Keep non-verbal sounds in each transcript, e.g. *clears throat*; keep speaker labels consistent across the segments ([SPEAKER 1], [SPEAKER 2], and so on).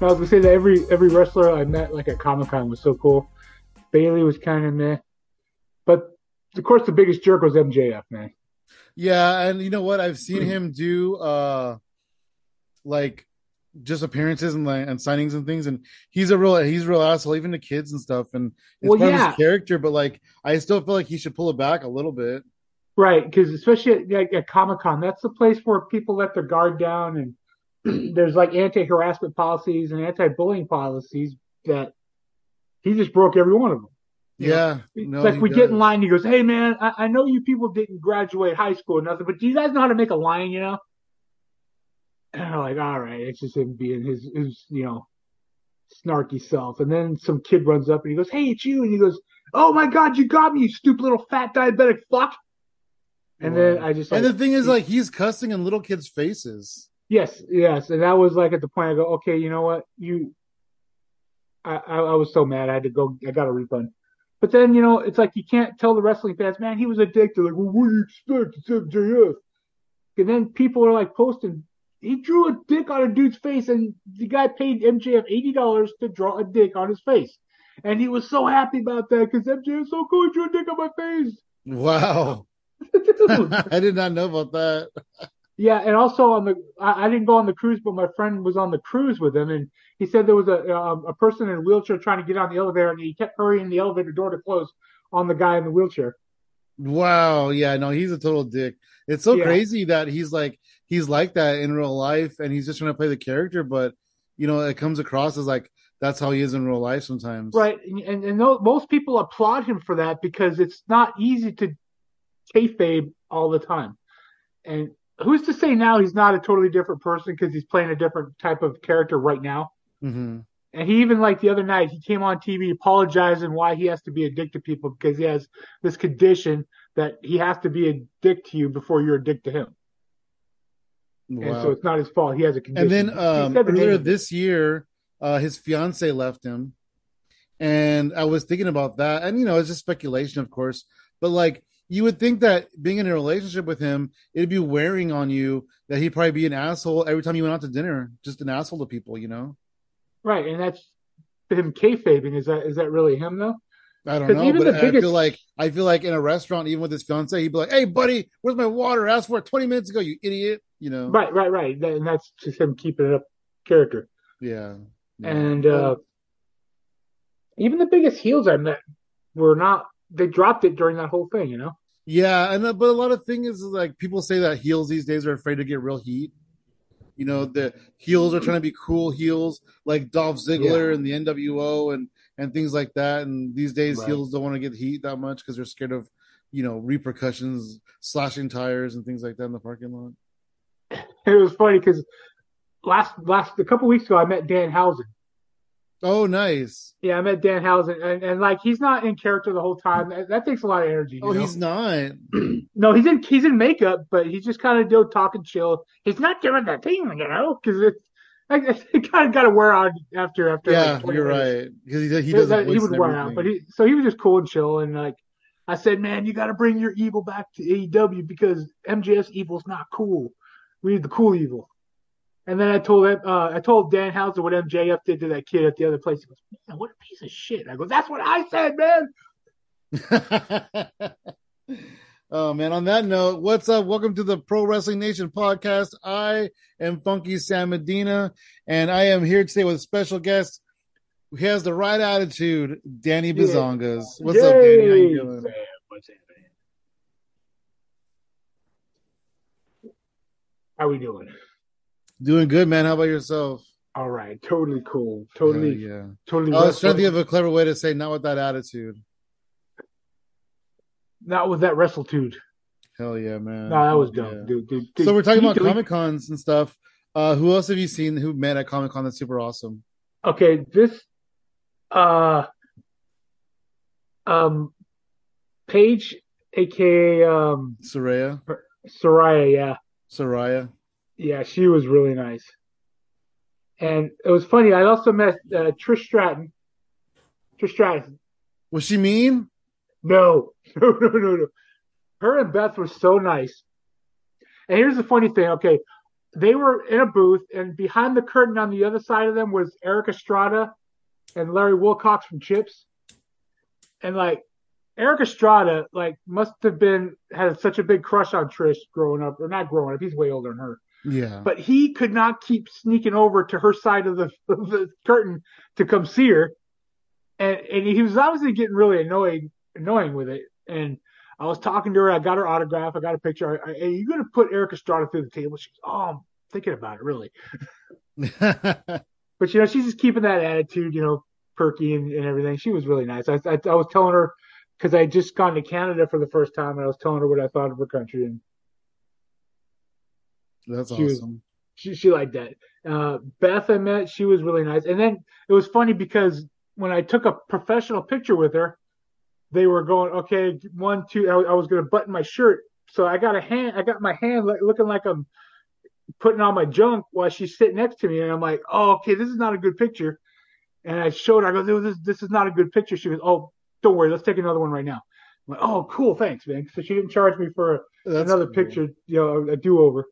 [SPEAKER 1] No, I was gonna say that every every wrestler I met like at Comic Con was so cool. Bailey was kind of meh, but of course the biggest jerk was MJF, man.
[SPEAKER 2] Yeah, and you know what? I've seen
[SPEAKER 1] Mm-hmm.
[SPEAKER 2] him do uh like just appearances and like, and signings and things, and he's a real he's a real asshole, even to kids and stuff. And it's
[SPEAKER 1] Well,
[SPEAKER 2] part of
[SPEAKER 1] yeah.
[SPEAKER 2] his character, but like I still feel like he should pull it back a little bit.
[SPEAKER 1] Right, because especially at, like, at Comic Con, that's the place where people let their guard down, and *clears throat* there's like anti-harassment policies and anti-bullying policies that he just broke every one of them. You know?
[SPEAKER 2] Yeah,
[SPEAKER 1] It's
[SPEAKER 2] no,
[SPEAKER 1] like
[SPEAKER 2] he
[SPEAKER 1] we get
[SPEAKER 2] does.
[SPEAKER 1] in line, he goes, "Hey man, I, I know you people didn't graduate high school or nothing, but do you guys know how to make a line?" You know, and I'm like, "All right," it's just him being his, his, you know, snarky self. And then some kid runs up and he goes, "Hey, it's you!" And he goes, "Oh my god, you got me, you stupid little fat diabetic fuck!" And then I just like,
[SPEAKER 2] and the thing is, like he's cussing in little kids' faces.
[SPEAKER 1] yes, yes, and that was like at the point I go, "Okay, you know what, you." I, I, I was so mad I had to go. I got a refund. But then, you know, it's like you can't tell the wrestling fans, man, he was a dick. They're like, well, what do you expect? It's MJF. And then people are like posting, he drew a dick on a dude's face, and the guy paid MJF $80 to draw a dick on his face. And he was so happy about that because MJF's so cool, he drew a dick on my face. *laughs*
[SPEAKER 2] Wow, *laughs*
[SPEAKER 1] Dude.
[SPEAKER 2] I did not know about that.
[SPEAKER 1] yeah, and also on the, I, I didn't go on the cruise, but my friend was on the cruise with him, and he said there was a um, a person in a wheelchair trying to get on the elevator, and he kept hurrying the elevator door to close on the guy in the wheelchair.
[SPEAKER 2] Wow, yeah, no, he's a total dick. It's so
[SPEAKER 1] Yeah.
[SPEAKER 2] crazy that he's like he's like that in real life, and he's just trying to play the character, but you know, it comes across as like that's how he is in real life sometimes.
[SPEAKER 1] Right, and and, and tho- most people applaud him for that because it's not easy to kayfabe all the time. And who's to say now he's not a totally different person because he's playing a different type of character right now?
[SPEAKER 2] hmm
[SPEAKER 1] And he even like the other night he came on TV apologizing why he has to be a dick to people because he has this condition that he has to be a dick to you before you're a dick to him. And
[SPEAKER 2] Wow.
[SPEAKER 1] so it's not his fault. He has a condition.
[SPEAKER 2] and then
[SPEAKER 1] He
[SPEAKER 2] um,
[SPEAKER 1] said the name
[SPEAKER 2] earlier
[SPEAKER 1] of it.
[SPEAKER 2] this year, uh, his fiance left him, and I was thinking about that, and you know, it's just speculation, of course, but like you would think that being in a relationship with him, it'd be wearing on you that he'd probably be an asshole every time you went out to dinner, just an asshole to people, you know.
[SPEAKER 1] right, and that's him kayfabing. Is that is that really him though?
[SPEAKER 2] I don't
[SPEAKER 1] 'Cause
[SPEAKER 2] know,
[SPEAKER 1] even
[SPEAKER 2] but
[SPEAKER 1] the
[SPEAKER 2] I feel
[SPEAKER 1] biggest-
[SPEAKER 2] like I feel like in a restaurant, even with his fiance, he'd be like, "Hey, buddy, where's my water? I asked for it twenty minutes ago, you idiot!" You know,
[SPEAKER 1] Right, right, right. That, and that's just him keeping it up character.
[SPEAKER 2] yeah, yeah.
[SPEAKER 1] And uh, even the biggest heels I met were not. They dropped it during that whole thing, you know. *laughs*
[SPEAKER 2] Yeah, and uh, but a lot of thing is like people say that heels these days are afraid to get real heat. You know, the heels are trying to be cool heels, like Dolph Ziggler and the NWO and and things like that. And these days,
[SPEAKER 1] Right.
[SPEAKER 2] heels don't want to get heat that much because they're scared of you know repercussions, slashing tires and things like that in the parking lot.
[SPEAKER 1] It was funny because last last a couple weeks ago I met Dan Housen.
[SPEAKER 2] Oh, nice.
[SPEAKER 1] Yeah, I met Dan Housen, and, and like he's not in character the whole time. That, that takes a lot of energy. you
[SPEAKER 2] Oh,
[SPEAKER 1] know?
[SPEAKER 2] he's not.
[SPEAKER 1] no, he's in he's in makeup, but he's just kind of do talk and chill. He's not doing that thing, you know, because it, like, *laughs* it kind of got to wear on after after. like,
[SPEAKER 2] Yeah,
[SPEAKER 1] 20
[SPEAKER 2] you're
[SPEAKER 1] minutes.
[SPEAKER 2] right because he he
[SPEAKER 1] Yeah,
[SPEAKER 2] does. a
[SPEAKER 1] that- he
[SPEAKER 2] voice
[SPEAKER 1] would
[SPEAKER 2] and
[SPEAKER 1] wear out, but
[SPEAKER 2] everything.
[SPEAKER 1] he so he was just cool and chill and like I said, man, you got to bring your evil back to AEW because MJS evil's not cool. We need the cool evil. And then I told him- uh, I told Dan Houser what MJF did to that kid at the other place. He goes, man, what a piece of shit. I go, that's what I said, man.
[SPEAKER 2] *laughs* oh man, on that note, what's up? Welcome to the Pro Wrestling Nation podcast. I am Funky Sam Medina, and I am here today with a special guest who has the right attitude, Danny
[SPEAKER 1] Yeah.
[SPEAKER 2] Bazongas. What's up, Danny? How
[SPEAKER 1] Yay,
[SPEAKER 2] you doing?
[SPEAKER 1] man, what's happening? How we doing?
[SPEAKER 2] Doing good, man. How about yourself?
[SPEAKER 1] All right, totally cool, totally,
[SPEAKER 2] Hell yeah. Oh,
[SPEAKER 1] totally.
[SPEAKER 2] I was trying to
[SPEAKER 1] wrestling-
[SPEAKER 2] think of a clever way to say not with that attitude.
[SPEAKER 1] not with that wrestletude.
[SPEAKER 2] Hell yeah, man.
[SPEAKER 1] No, that was
[SPEAKER 2] Hell
[SPEAKER 1] dumb,
[SPEAKER 2] Uh, yeah.
[SPEAKER 1] dude, dude,
[SPEAKER 2] So we're talking
[SPEAKER 1] You
[SPEAKER 2] about
[SPEAKER 1] delete-
[SPEAKER 2] Comic Cons and stuff. Uh, who else have you seen who met at Comic Con that's super awesome?
[SPEAKER 1] okay, this uh um Paige aka um,
[SPEAKER 2] Soraya.
[SPEAKER 1] Soraya. Yeah,
[SPEAKER 2] Soraya.
[SPEAKER 1] yeah, she was really nice. And it was funny. I also met uh, Trish Stratton. Trish Stratton.
[SPEAKER 2] Was she mean?
[SPEAKER 1] No, *laughs* no, no, no, no. Her and Beth were so nice. And here's the funny thing. Okay, they were in a booth, and behind the curtain on the other side of them was Eric Estrada and Larry Wilcox from Chips. And like Eric Estrada, like must have been had such a big crush on Trish growing up, or not growing up. He's way older than her
[SPEAKER 2] *laughs* Yeah.
[SPEAKER 1] but he could not keep sneaking over to her side of the, of the curtain to come see her and and he was obviously getting really annoyed annoying with it and i was talking to her i got her autograph i got a picture I, I, are you going to put eric estrada through the table she's oh i'm thinking about it really but you know she's just keeping that attitude you know perky and, and everything she was really nice i, I, I was telling her because i had just gone to canada for the first time and i was telling her what i thought of her country and
[SPEAKER 2] That's
[SPEAKER 1] She was-
[SPEAKER 2] awesome.
[SPEAKER 1] she she liked that. Uh, Beth I met, she was really nice. And then it was funny because when I took a professional picture with her, they were going, okay, one, two. I, I was going to button my shirt, so I got a hand. I got my hand like, looking like I'm putting on my junk while she's sitting next to me, and I'm like, oh, okay, this is not a good picture. And I showed her. I go, "No, this this is not a good picture. She goes, oh, don't worry, let's take another one right now. I'm like, oh, cool, thanks, man. So she didn't charge me for
[SPEAKER 2] That's
[SPEAKER 1] another
[SPEAKER 2] cool.
[SPEAKER 1] picture, you know, a do over.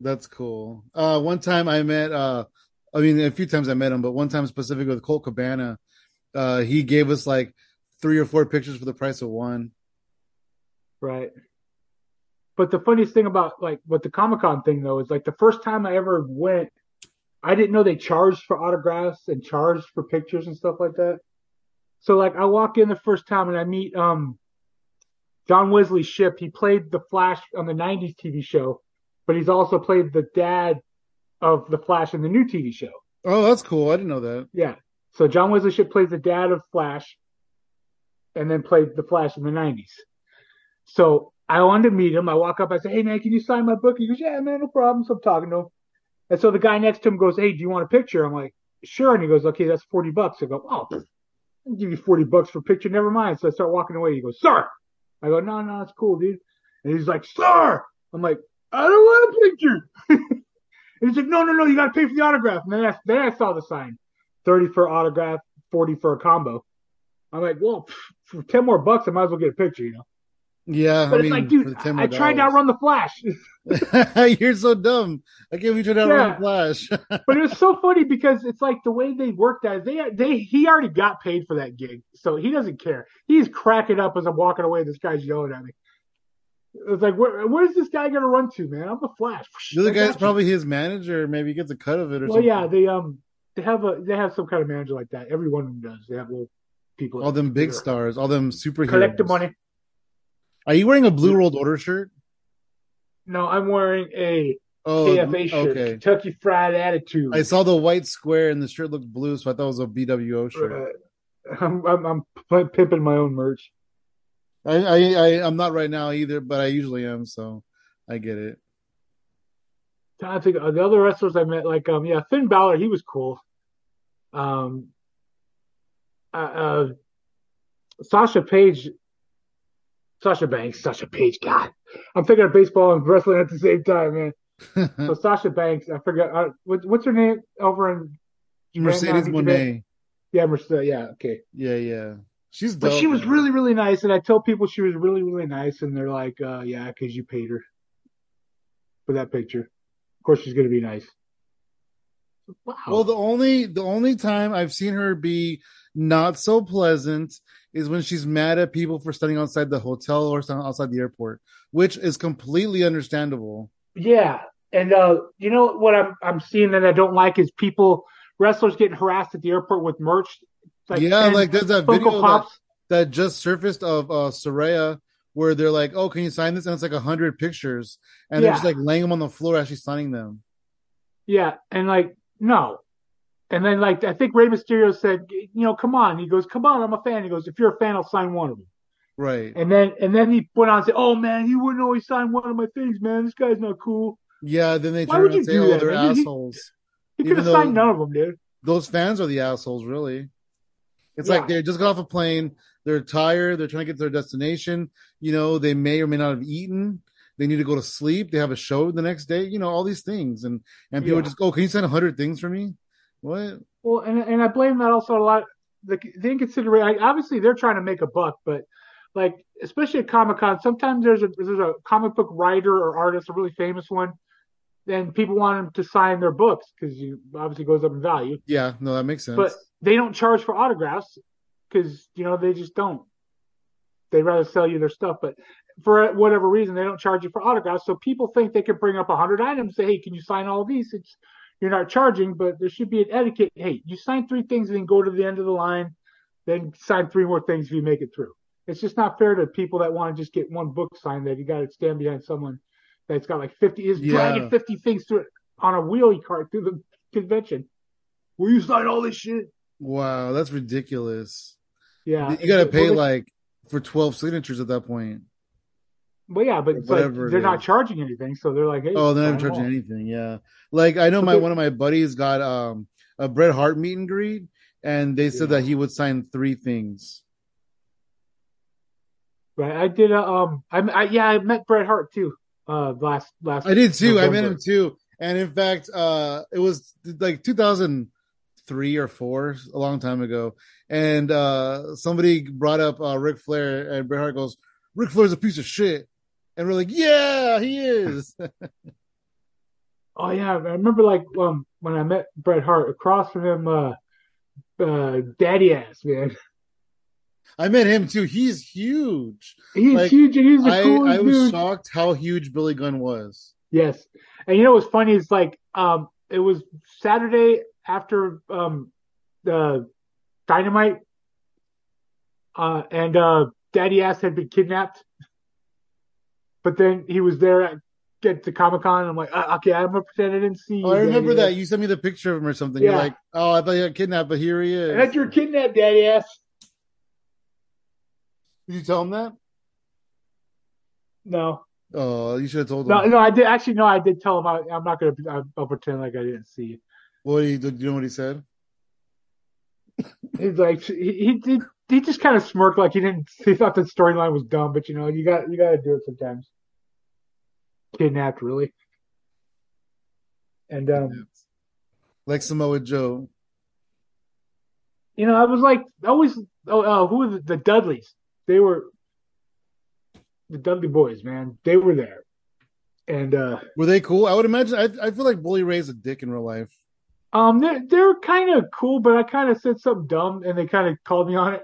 [SPEAKER 2] That's cool. Uh, one time I met, uh, I mean, a few times I met him, but one time specifically with Colt Cabana, uh, he gave us like three or four pictures for the price of one.
[SPEAKER 1] Right. But the funniest thing about like what the Comic Con thing though is like the first time I ever went, I didn't know they charged for autographs and charged for pictures and stuff like that. So like I walk in the first time and I meet um John Wesley Ship. He played the Flash on the '90s TV show, but he's also played the dad of the Flash in the new TV show.
[SPEAKER 2] Oh, that's cool. I didn't know that.
[SPEAKER 1] Yeah. So John Wesley Shipp plays the dad of Flash, and then played the Flash in the '90s. So I wanted to meet him. I walk up. I say, "Hey man, can you sign my book?" He goes, "Yeah man, no problem." So I'm talking to him, and so the guy next to him goes, "Hey, do you want a picture?" I'm like, "Sure." And he goes, "Okay, that's forty bucks." I go, "Oh, pff, I'll give you forty bucks for a picture. Never mind." So I start walking away. He goes, "Sir," I go, "No, no, it's cool, dude." And he's like, "Sir," I'm like, "I don't want a picture." *laughs* and he's like, "No, no, no, you got to pay for the autograph." And then I, then I saw the sign. 30 for autograph, 40 for a combo. I'm like, well, pff, for 10 more bucks, I might as well get a picture, you know?
[SPEAKER 2] Yeah.
[SPEAKER 1] But it's
[SPEAKER 2] I mean,
[SPEAKER 1] like,
[SPEAKER 2] for
[SPEAKER 1] dude,
[SPEAKER 2] the $10
[SPEAKER 1] I, I tried to outrun the Flash.
[SPEAKER 2] *laughs* You're so dumb. I can't believe you tried to outrun
[SPEAKER 1] Yeah.
[SPEAKER 2] Flash.
[SPEAKER 1] but it was so funny because it's like the way they work that, they, they, he already got paid for that gig. So he doesn't care. He's cracking up as I'm walking away. This guy's yelling at me. It's like, where, where's this guy going to run to, man? I'm the Flash. *laughs*
[SPEAKER 2] the other
[SPEAKER 1] I got
[SPEAKER 2] guy's
[SPEAKER 1] you.
[SPEAKER 2] probably his manager. Maybe he gets a cut of it or
[SPEAKER 1] Well,
[SPEAKER 2] something.
[SPEAKER 1] yeah, they, um, they have a, they have some kind of manager like that. Every one of them does. They have little people.
[SPEAKER 2] All them big
[SPEAKER 1] that
[SPEAKER 2] stars, all them superheroes.
[SPEAKER 1] Collect the money.
[SPEAKER 2] Are you wearing a Blue World Order shirt?
[SPEAKER 1] No, I'm wearing a
[SPEAKER 2] Oh,
[SPEAKER 1] KFA shirt,
[SPEAKER 2] okay.
[SPEAKER 1] Kentucky Fried Attitude.
[SPEAKER 2] I saw the white square and the shirt looked blue, so I thought it was a BWO shirt.
[SPEAKER 1] Uh, I'm, I'm, I'm p- pimping my own merch.
[SPEAKER 2] I, I, I I'm not right now either, but I usually am, so I get it. *laughs*
[SPEAKER 1] I think uh, the other wrestlers I met, like um, yeah, Finn Balor, he was cool. Um, uh, uh Sasha Page, Sasha Banks, Sasha Page. God, I'm thinking of baseball and wrestling at the same time, man. So Sasha Banks, I forget uh, what, what's her name over in
[SPEAKER 2] Mercedes
[SPEAKER 1] Japan?
[SPEAKER 2] Monet.
[SPEAKER 1] yeah, Mercedes, yeah, okay.
[SPEAKER 2] Yeah, yeah. She's dope.
[SPEAKER 1] But she was
[SPEAKER 2] man.
[SPEAKER 1] really, really nice, and I tell people she was really, really nice, and they're like, uh, "Yeah, because you paid her for that picture. Of course, she's gonna be nice." Wow.
[SPEAKER 2] Well, the only the only time I've seen her be not so pleasant is when she's mad at people for standing outside the hotel or standing outside the airport, which is completely understandable.
[SPEAKER 1] yeah, and uh, you know what I'm I'm seeing that I don't like is people wrestlers getting harassed at the airport with merch.
[SPEAKER 2] yeah,
[SPEAKER 1] 10
[SPEAKER 2] like there's that
[SPEAKER 1] Funko
[SPEAKER 2] video that,
[SPEAKER 1] Pops.
[SPEAKER 2] that just surfaced of uh Soraya where they're like, "Oh, can you sign this?" and it's like a hundred pictures, and they're
[SPEAKER 1] Yeah.
[SPEAKER 2] just like laying them on the floor as she's signing them.
[SPEAKER 1] Yeah, and like no, and then like I think Rey Mysterio said, "You know, come on." He goes, "Come on, I'm a fan." He goes, "If you're a fan, I'll sign one of them."
[SPEAKER 2] Right?
[SPEAKER 1] And then and then he went on and said, "Oh man, he wouldn't always sign one of my things, man. This guy's not cool.
[SPEAKER 2] Yeah. Then they
[SPEAKER 1] Why
[SPEAKER 2] turn
[SPEAKER 1] would
[SPEAKER 2] around and
[SPEAKER 1] you
[SPEAKER 2] say,
[SPEAKER 1] do
[SPEAKER 2] "Oh,
[SPEAKER 1] that, *laughs*
[SPEAKER 2] they're
[SPEAKER 1] man? You-
[SPEAKER 2] assholes."
[SPEAKER 1] He could
[SPEAKER 2] Even
[SPEAKER 1] have
[SPEAKER 2] though-
[SPEAKER 1] signed none of them, dude."
[SPEAKER 2] Those fans are the assholes, really. It's
[SPEAKER 1] Yeah.
[SPEAKER 2] like they just got off a plane. They're tired. They're trying to get to their destination. You know, they may or may not have eaten. They need to go to sleep. They have a show the next day. You know, all these things, and and people
[SPEAKER 1] Yeah.
[SPEAKER 2] just go, oh, "Can you send hundred things for me?" What?
[SPEAKER 1] Well, and and I blame that also a lot. The, the inconsiderate. Like, obviously, they're trying to make a buck, but like especially at Comic Con, sometimes there's a there's a comic book writer or artist, a really famous one, then people want them to sign their books because you obviously goes up in value.
[SPEAKER 2] Yeah, no, that makes sense.
[SPEAKER 1] But they don't charge for autographs because you know they just don't. They'd rather sell you their stuff, but for whatever reason, they don't charge you for autographs. So people think they could bring up a hundred items, say, "Hey, can you sign all these?" It's, you're not charging, but there should be an etiquette. Hey, you sign three things and then go to the end of the line, then sign three more things if you make it through. It's just not fair to people that want to just get one book signed. That you got to stand behind someone that's got like fifty is
[SPEAKER 2] Yeah.
[SPEAKER 1] dragging fifty things through it on a wheelie cart through the convention. Will you sign all this shit?
[SPEAKER 2] wow, that's ridiculous.
[SPEAKER 1] Yeah,
[SPEAKER 2] you got to pay
[SPEAKER 1] Well,
[SPEAKER 2] like for twelve signatures at that point.
[SPEAKER 1] Well, yeah, but it's like,
[SPEAKER 2] whatever it
[SPEAKER 1] they're not
[SPEAKER 2] is.
[SPEAKER 1] charging anything, so they're like, hey,
[SPEAKER 2] Oh, they're
[SPEAKER 1] sign
[SPEAKER 2] not
[SPEAKER 1] them
[SPEAKER 2] charging
[SPEAKER 1] all.
[SPEAKER 2] anything. Yeah, like I know my
[SPEAKER 1] Okay.
[SPEAKER 2] one of my buddies got um a Bret Hart meet and greet, and they said
[SPEAKER 1] Yeah.
[SPEAKER 2] that he would sign three things.
[SPEAKER 1] Right. I did a um. I, I yeah. I met Bret Hart too. Uh, last last.
[SPEAKER 2] I did too. I met
[SPEAKER 1] November.
[SPEAKER 2] him too, and in fact, uh, it was like 2003 or four, a long time ago, and uh, somebody brought up uh, Ric Flair, and Bret Hart goes, "Ric Flair's a piece of shit," and we're like, "Yeah, he is." *laughs*
[SPEAKER 1] Oh yeah, I remember like um when I met Bret Hart across from him. Uh, uh, daddy ass man.
[SPEAKER 2] I met him too. He's huge.
[SPEAKER 1] He's
[SPEAKER 2] Like,
[SPEAKER 1] huge and he's the
[SPEAKER 2] I,
[SPEAKER 1] coolest
[SPEAKER 2] I was
[SPEAKER 1] dude.
[SPEAKER 2] shocked how huge Billy Gunn was.
[SPEAKER 1] Yes. And you know what's funny is like um it was Saturday after um the dynamite uh and uh Daddy Ass had been kidnapped. But then he was there at get to Comic Con and I'm like, uh, okay, I'm gonna pretend I didn't see you.
[SPEAKER 2] Oh, I remember
[SPEAKER 1] Daddy
[SPEAKER 2] that.
[SPEAKER 1] Ass."
[SPEAKER 2] You sent me the picture of him or something. You're
[SPEAKER 1] Yeah.
[SPEAKER 2] like, oh, I thought you got kidnapped, but here he is.
[SPEAKER 1] That's your kidnapped daddy ass.
[SPEAKER 2] Did you tell him that?
[SPEAKER 1] No,
[SPEAKER 2] Oh, you should have told him.
[SPEAKER 1] no, no. I did actually. No, I did tell him. I, I'm not gonna. I, I'll pretend like I didn't see you.
[SPEAKER 2] What do you, do you know what he said?
[SPEAKER 1] He's like he he he, he just kind of smirked like he didn't he thought the storyline was dumb, but you know you got you got to do it sometimes. Kidnapped, really. And um,
[SPEAKER 2] Like Samoa Joe.
[SPEAKER 1] you know, I was like always. Oh, uh, who were the, the Dudleys? They were the Dudley boys, man. They were there, and uh,
[SPEAKER 2] Were they cool? I would imagine. I, I feel like Bully Ray's a dick in real life.
[SPEAKER 1] um, they're they're kind of cool, but I kind of said something dumb, and they kind of called me on it.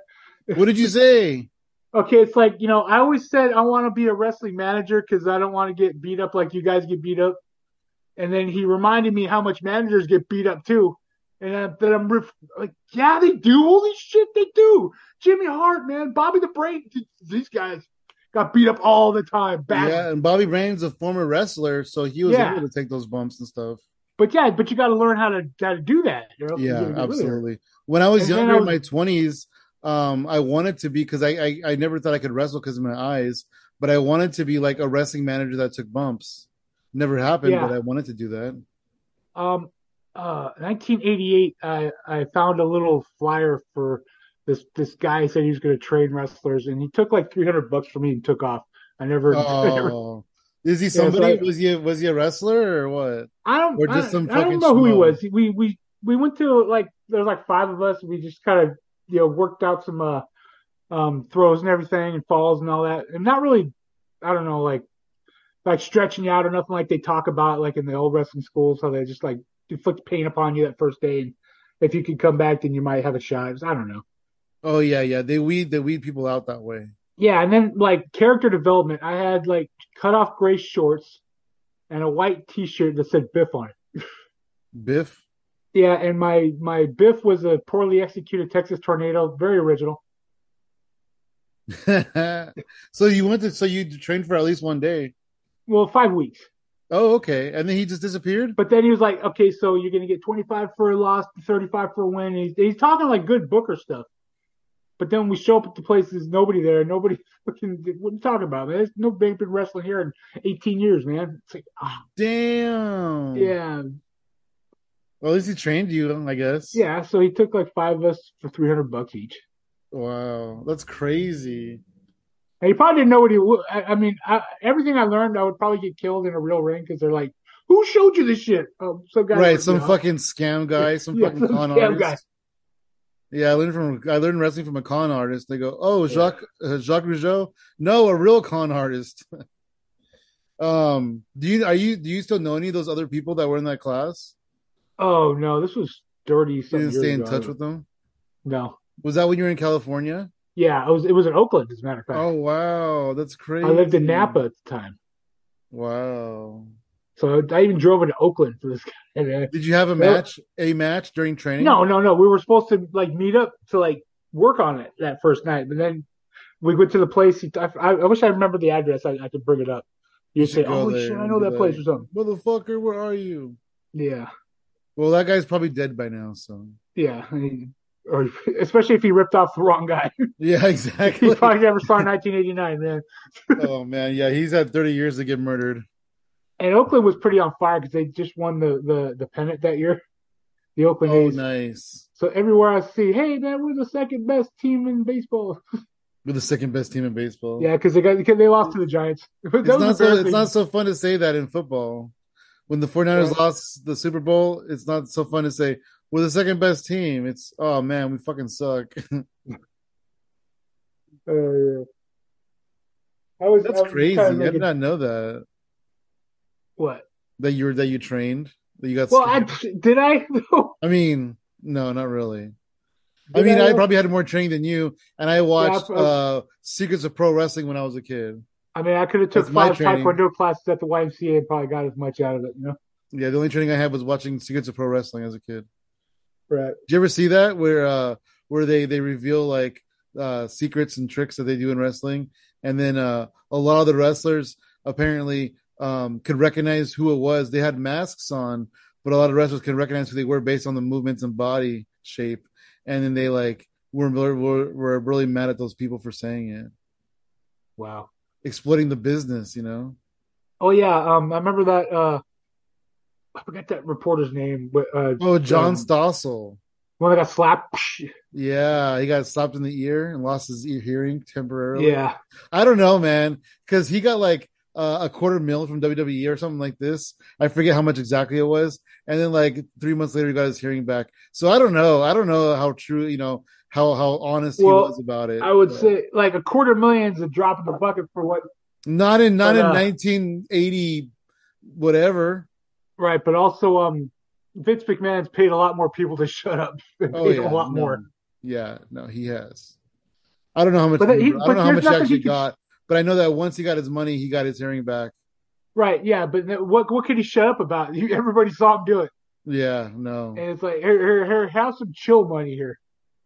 [SPEAKER 2] What did
[SPEAKER 1] *laughs*
[SPEAKER 2] you say?
[SPEAKER 1] Okay, it's like, you know, I always said I want to be a wrestling manager because I don't want to get beat up like you guys get beat up. And then he reminded me how much managers get beat up too. And uh, then I'm riff- like, yeah, they do. Holy shit, they do. Jimmy Hart, man, Bobby the Brain, th- these guys got beat up all the time. Back.
[SPEAKER 2] Yeah, and Bobby Brain's a former wrestler, so he was
[SPEAKER 1] Yeah.
[SPEAKER 2] able to take those bumps and stuff.
[SPEAKER 1] But yeah, but you got to learn how to how to do that. you know, if you're
[SPEAKER 2] yeah
[SPEAKER 1] gonna get rid of it.
[SPEAKER 2] absolutely when i was
[SPEAKER 1] And then
[SPEAKER 2] younger
[SPEAKER 1] I
[SPEAKER 2] in
[SPEAKER 1] was-
[SPEAKER 2] my 20s um i wanted to be because I, I i never thought i could wrestle because of my eyes but i wanted to be like a wrestling manager that took bumps never happened
[SPEAKER 1] Yeah.
[SPEAKER 2] but i wanted to do that
[SPEAKER 1] Um, uh, 1988, I, I found a little flyer for this this guy said he was going to train wrestlers, and he took like 300 bucks from me and took off. I never, *laughs* I, *laughs* never-
[SPEAKER 2] oh is he somebody
[SPEAKER 1] like-
[SPEAKER 2] was he a, was he a wrestler or what
[SPEAKER 1] I don't,
[SPEAKER 2] Or just
[SPEAKER 1] I,
[SPEAKER 2] some
[SPEAKER 1] I don't
[SPEAKER 2] fucking
[SPEAKER 1] know who he
[SPEAKER 2] schmo.
[SPEAKER 1] was. We we we went to like there was like five of us. We just kind of you know worked out some uh um throws and everything and falls and all that, and not really, I don't know like like stretching you out or nothing like they talk about like in the old wrestling schools how they just like inflict pain upon you that first day. And if you could come back, then you might have a shot. I don't know.
[SPEAKER 2] oh yeah yeah they weed they weed people out that way
[SPEAKER 1] Yeah, and then like character development, I had like cut off gray shorts and a white T-shirt that said Biff on it.
[SPEAKER 2] biff *laughs*
[SPEAKER 1] Yeah, and my my Biff was a poorly executed Texas tornado, very original.
[SPEAKER 2] so you went to so you trained for at least one day
[SPEAKER 1] Well, five weeks,
[SPEAKER 2] oh okay and then he just disappeared
[SPEAKER 1] but then he was like, "Okay, so you're gonna get 25 for a loss, 35 for a win." And he's, he's talking like good Booker stuff, but then we show up at the place, there's nobody there, nobody *laughs* fucking. What are you talking about, man? There's no big been wrestling here
[SPEAKER 2] Mm.
[SPEAKER 1] in 18 years, man. It's like, ah,
[SPEAKER 2] damn
[SPEAKER 1] yeah,
[SPEAKER 2] Well, at least he trained you, I guess.
[SPEAKER 1] Yeah, so he took like five of us for three hundred bucks each.
[SPEAKER 2] Wow, that's crazy.
[SPEAKER 1] And he probably didn't know what he would. I, I mean, I, everything I learned, I would probably get killed in a real ring because they're like, "Who showed you this shit?" Um, some guy,
[SPEAKER 2] right,
[SPEAKER 1] like,
[SPEAKER 2] some
[SPEAKER 1] "No."
[SPEAKER 2] fucking scam guy, some
[SPEAKER 1] Yeah,
[SPEAKER 2] fucking
[SPEAKER 1] some
[SPEAKER 2] con
[SPEAKER 1] scam
[SPEAKER 2] artist.
[SPEAKER 1] guy.
[SPEAKER 2] Yeah, I learned from I learned wrestling from a con artist. They go, "Oh, Jacques uh, Jacques Rougeau? No, a real con artist." *laughs* um, do you are you do you still know any of those other people that were in that class?
[SPEAKER 1] Oh no, this was thirty.
[SPEAKER 2] You
[SPEAKER 1] something
[SPEAKER 2] didn't
[SPEAKER 1] years
[SPEAKER 2] stay in
[SPEAKER 1] ago.
[SPEAKER 2] touch with them.
[SPEAKER 1] No,
[SPEAKER 2] Was that when you were in California?
[SPEAKER 1] yeah, it was. It was in Oakland, as a matter of fact.
[SPEAKER 2] Oh wow, that's crazy.
[SPEAKER 1] I lived in Napa at the time,
[SPEAKER 2] Wow.
[SPEAKER 1] so I even drove into Oakland for this guy. *laughs* And, uh,
[SPEAKER 2] Did you have a
[SPEAKER 1] Well-
[SPEAKER 2] match a match during training?
[SPEAKER 1] No, no, no. We were supposed to like meet up to like work on it that first night, but then we went to the place. I, I, I wish I remember the address. I, I could bring it up.
[SPEAKER 2] You
[SPEAKER 1] You'd
[SPEAKER 2] should
[SPEAKER 1] say,
[SPEAKER 2] go
[SPEAKER 1] "Oh
[SPEAKER 2] there
[SPEAKER 1] shit, I
[SPEAKER 2] and
[SPEAKER 1] know
[SPEAKER 2] be
[SPEAKER 1] that place
[SPEAKER 2] like-
[SPEAKER 1] or something."
[SPEAKER 2] Motherfucker, where are you?
[SPEAKER 1] Yeah,
[SPEAKER 2] Well, that guy's probably dead by now, so.
[SPEAKER 1] yeah. I mean, or *laughs* especially if he ripped off the wrong guy. *laughs*
[SPEAKER 2] Yeah, *laughs*
[SPEAKER 1] he
[SPEAKER 2] exactly.
[SPEAKER 1] probably never saw 1989, man.
[SPEAKER 2] oh man, yeah, he's had 30 years to get murdered.
[SPEAKER 1] And Oakland was pretty on fire because they just won the the the pennant that year, *laughs* the Oakland
[SPEAKER 2] Oh,
[SPEAKER 1] A's.
[SPEAKER 2] nice.
[SPEAKER 1] So everywhere I see, hey man, we're the second best team in baseball.
[SPEAKER 2] We're the second best team in baseball.
[SPEAKER 1] Yeah, because they got because they lost to the Giants. *laughs* That
[SPEAKER 2] Oh. It's
[SPEAKER 1] was
[SPEAKER 2] not so it's
[SPEAKER 1] embarrassing.
[SPEAKER 2] not so fun to say that in football. When the 49ers
[SPEAKER 1] Yeah.
[SPEAKER 2] lost the Super Bowl, it's not so fun to say we're the second best team. It's oh man, we fucking suck. *laughs*
[SPEAKER 1] Uh, yeah. I was,
[SPEAKER 2] That's
[SPEAKER 1] I was
[SPEAKER 2] crazy.
[SPEAKER 1] kinda
[SPEAKER 2] I
[SPEAKER 1] making-
[SPEAKER 2] did not know that
[SPEAKER 1] what?
[SPEAKER 2] that you were that you trained that you got.
[SPEAKER 1] Well, I
[SPEAKER 2] scammed.
[SPEAKER 1] did I? *laughs*
[SPEAKER 2] I mean, no, not really. I
[SPEAKER 1] Did
[SPEAKER 2] mean,
[SPEAKER 1] I
[SPEAKER 2] I
[SPEAKER 1] know?
[SPEAKER 2] probably had more training than you, and I watched
[SPEAKER 1] I-
[SPEAKER 2] uh, Secrets of Pro Wrestling when I was a kid.
[SPEAKER 1] I mean, I could have took
[SPEAKER 2] That's my
[SPEAKER 1] five
[SPEAKER 2] training.
[SPEAKER 1] taekwondo classes at the YMCA and probably got as much out of it, you know?
[SPEAKER 2] Yeah, the only training I had was watching Secrets of Pro Wrestling as a kid.
[SPEAKER 1] Right.
[SPEAKER 2] Did you ever see that where uh, where they they reveal like uh, secrets and tricks that they do in wrestling, and then uh, a lot of the wrestlers apparently um, could recognize who it was. They had masks on, but a lot of wrestlers could recognize who they were based on the movements and body shape, and then they like were were, were really mad at those people for saying it.
[SPEAKER 1] Wow.
[SPEAKER 2] exploiting the business, you know?
[SPEAKER 1] Oh yeah. Um, I remember that. Uh, I forgot that reporter's name, but uh,
[SPEAKER 2] Oh, John
[SPEAKER 1] Um,
[SPEAKER 2] Stossel.
[SPEAKER 1] when I got slapped.
[SPEAKER 2] Yeah, he got slapped in the ear and lost his ear hearing temporarily.
[SPEAKER 1] Yeah.
[SPEAKER 2] I don't know, man, because he got like uh, a quarter mil from WWE or something like this. I forget how much exactly it was. And then like three months later, he got his hearing back. So I don't know. I don't know how true, you know, how how honest
[SPEAKER 1] Well,
[SPEAKER 2] he was about it.
[SPEAKER 1] I would
[SPEAKER 2] But
[SPEAKER 1] say like a quarter million's a drop in the bucket for what,
[SPEAKER 2] not in not
[SPEAKER 1] But,
[SPEAKER 2] in
[SPEAKER 1] uh,
[SPEAKER 2] 1980, whatever.
[SPEAKER 1] right? But also, um, Vince McMahon's paid a lot more people to shut up. *laughs* and
[SPEAKER 2] Oh
[SPEAKER 1] paid
[SPEAKER 2] yeah,
[SPEAKER 1] a lot
[SPEAKER 2] no.
[SPEAKER 1] more.
[SPEAKER 2] Yeah, no, he has. I don't know how much.
[SPEAKER 1] But that- he-
[SPEAKER 2] I don't
[SPEAKER 1] but
[SPEAKER 2] know how
[SPEAKER 1] there's
[SPEAKER 2] much he
[SPEAKER 1] nothing
[SPEAKER 2] actually
[SPEAKER 1] he can-
[SPEAKER 2] got, but I know that once he got his money, he got his hearing back.
[SPEAKER 1] Right, yeah, but th- what what could he shut up about? *laughs* You, everybody saw him do it,
[SPEAKER 2] Yeah, no.
[SPEAKER 1] and it's like, here, here, here, have some chill money here.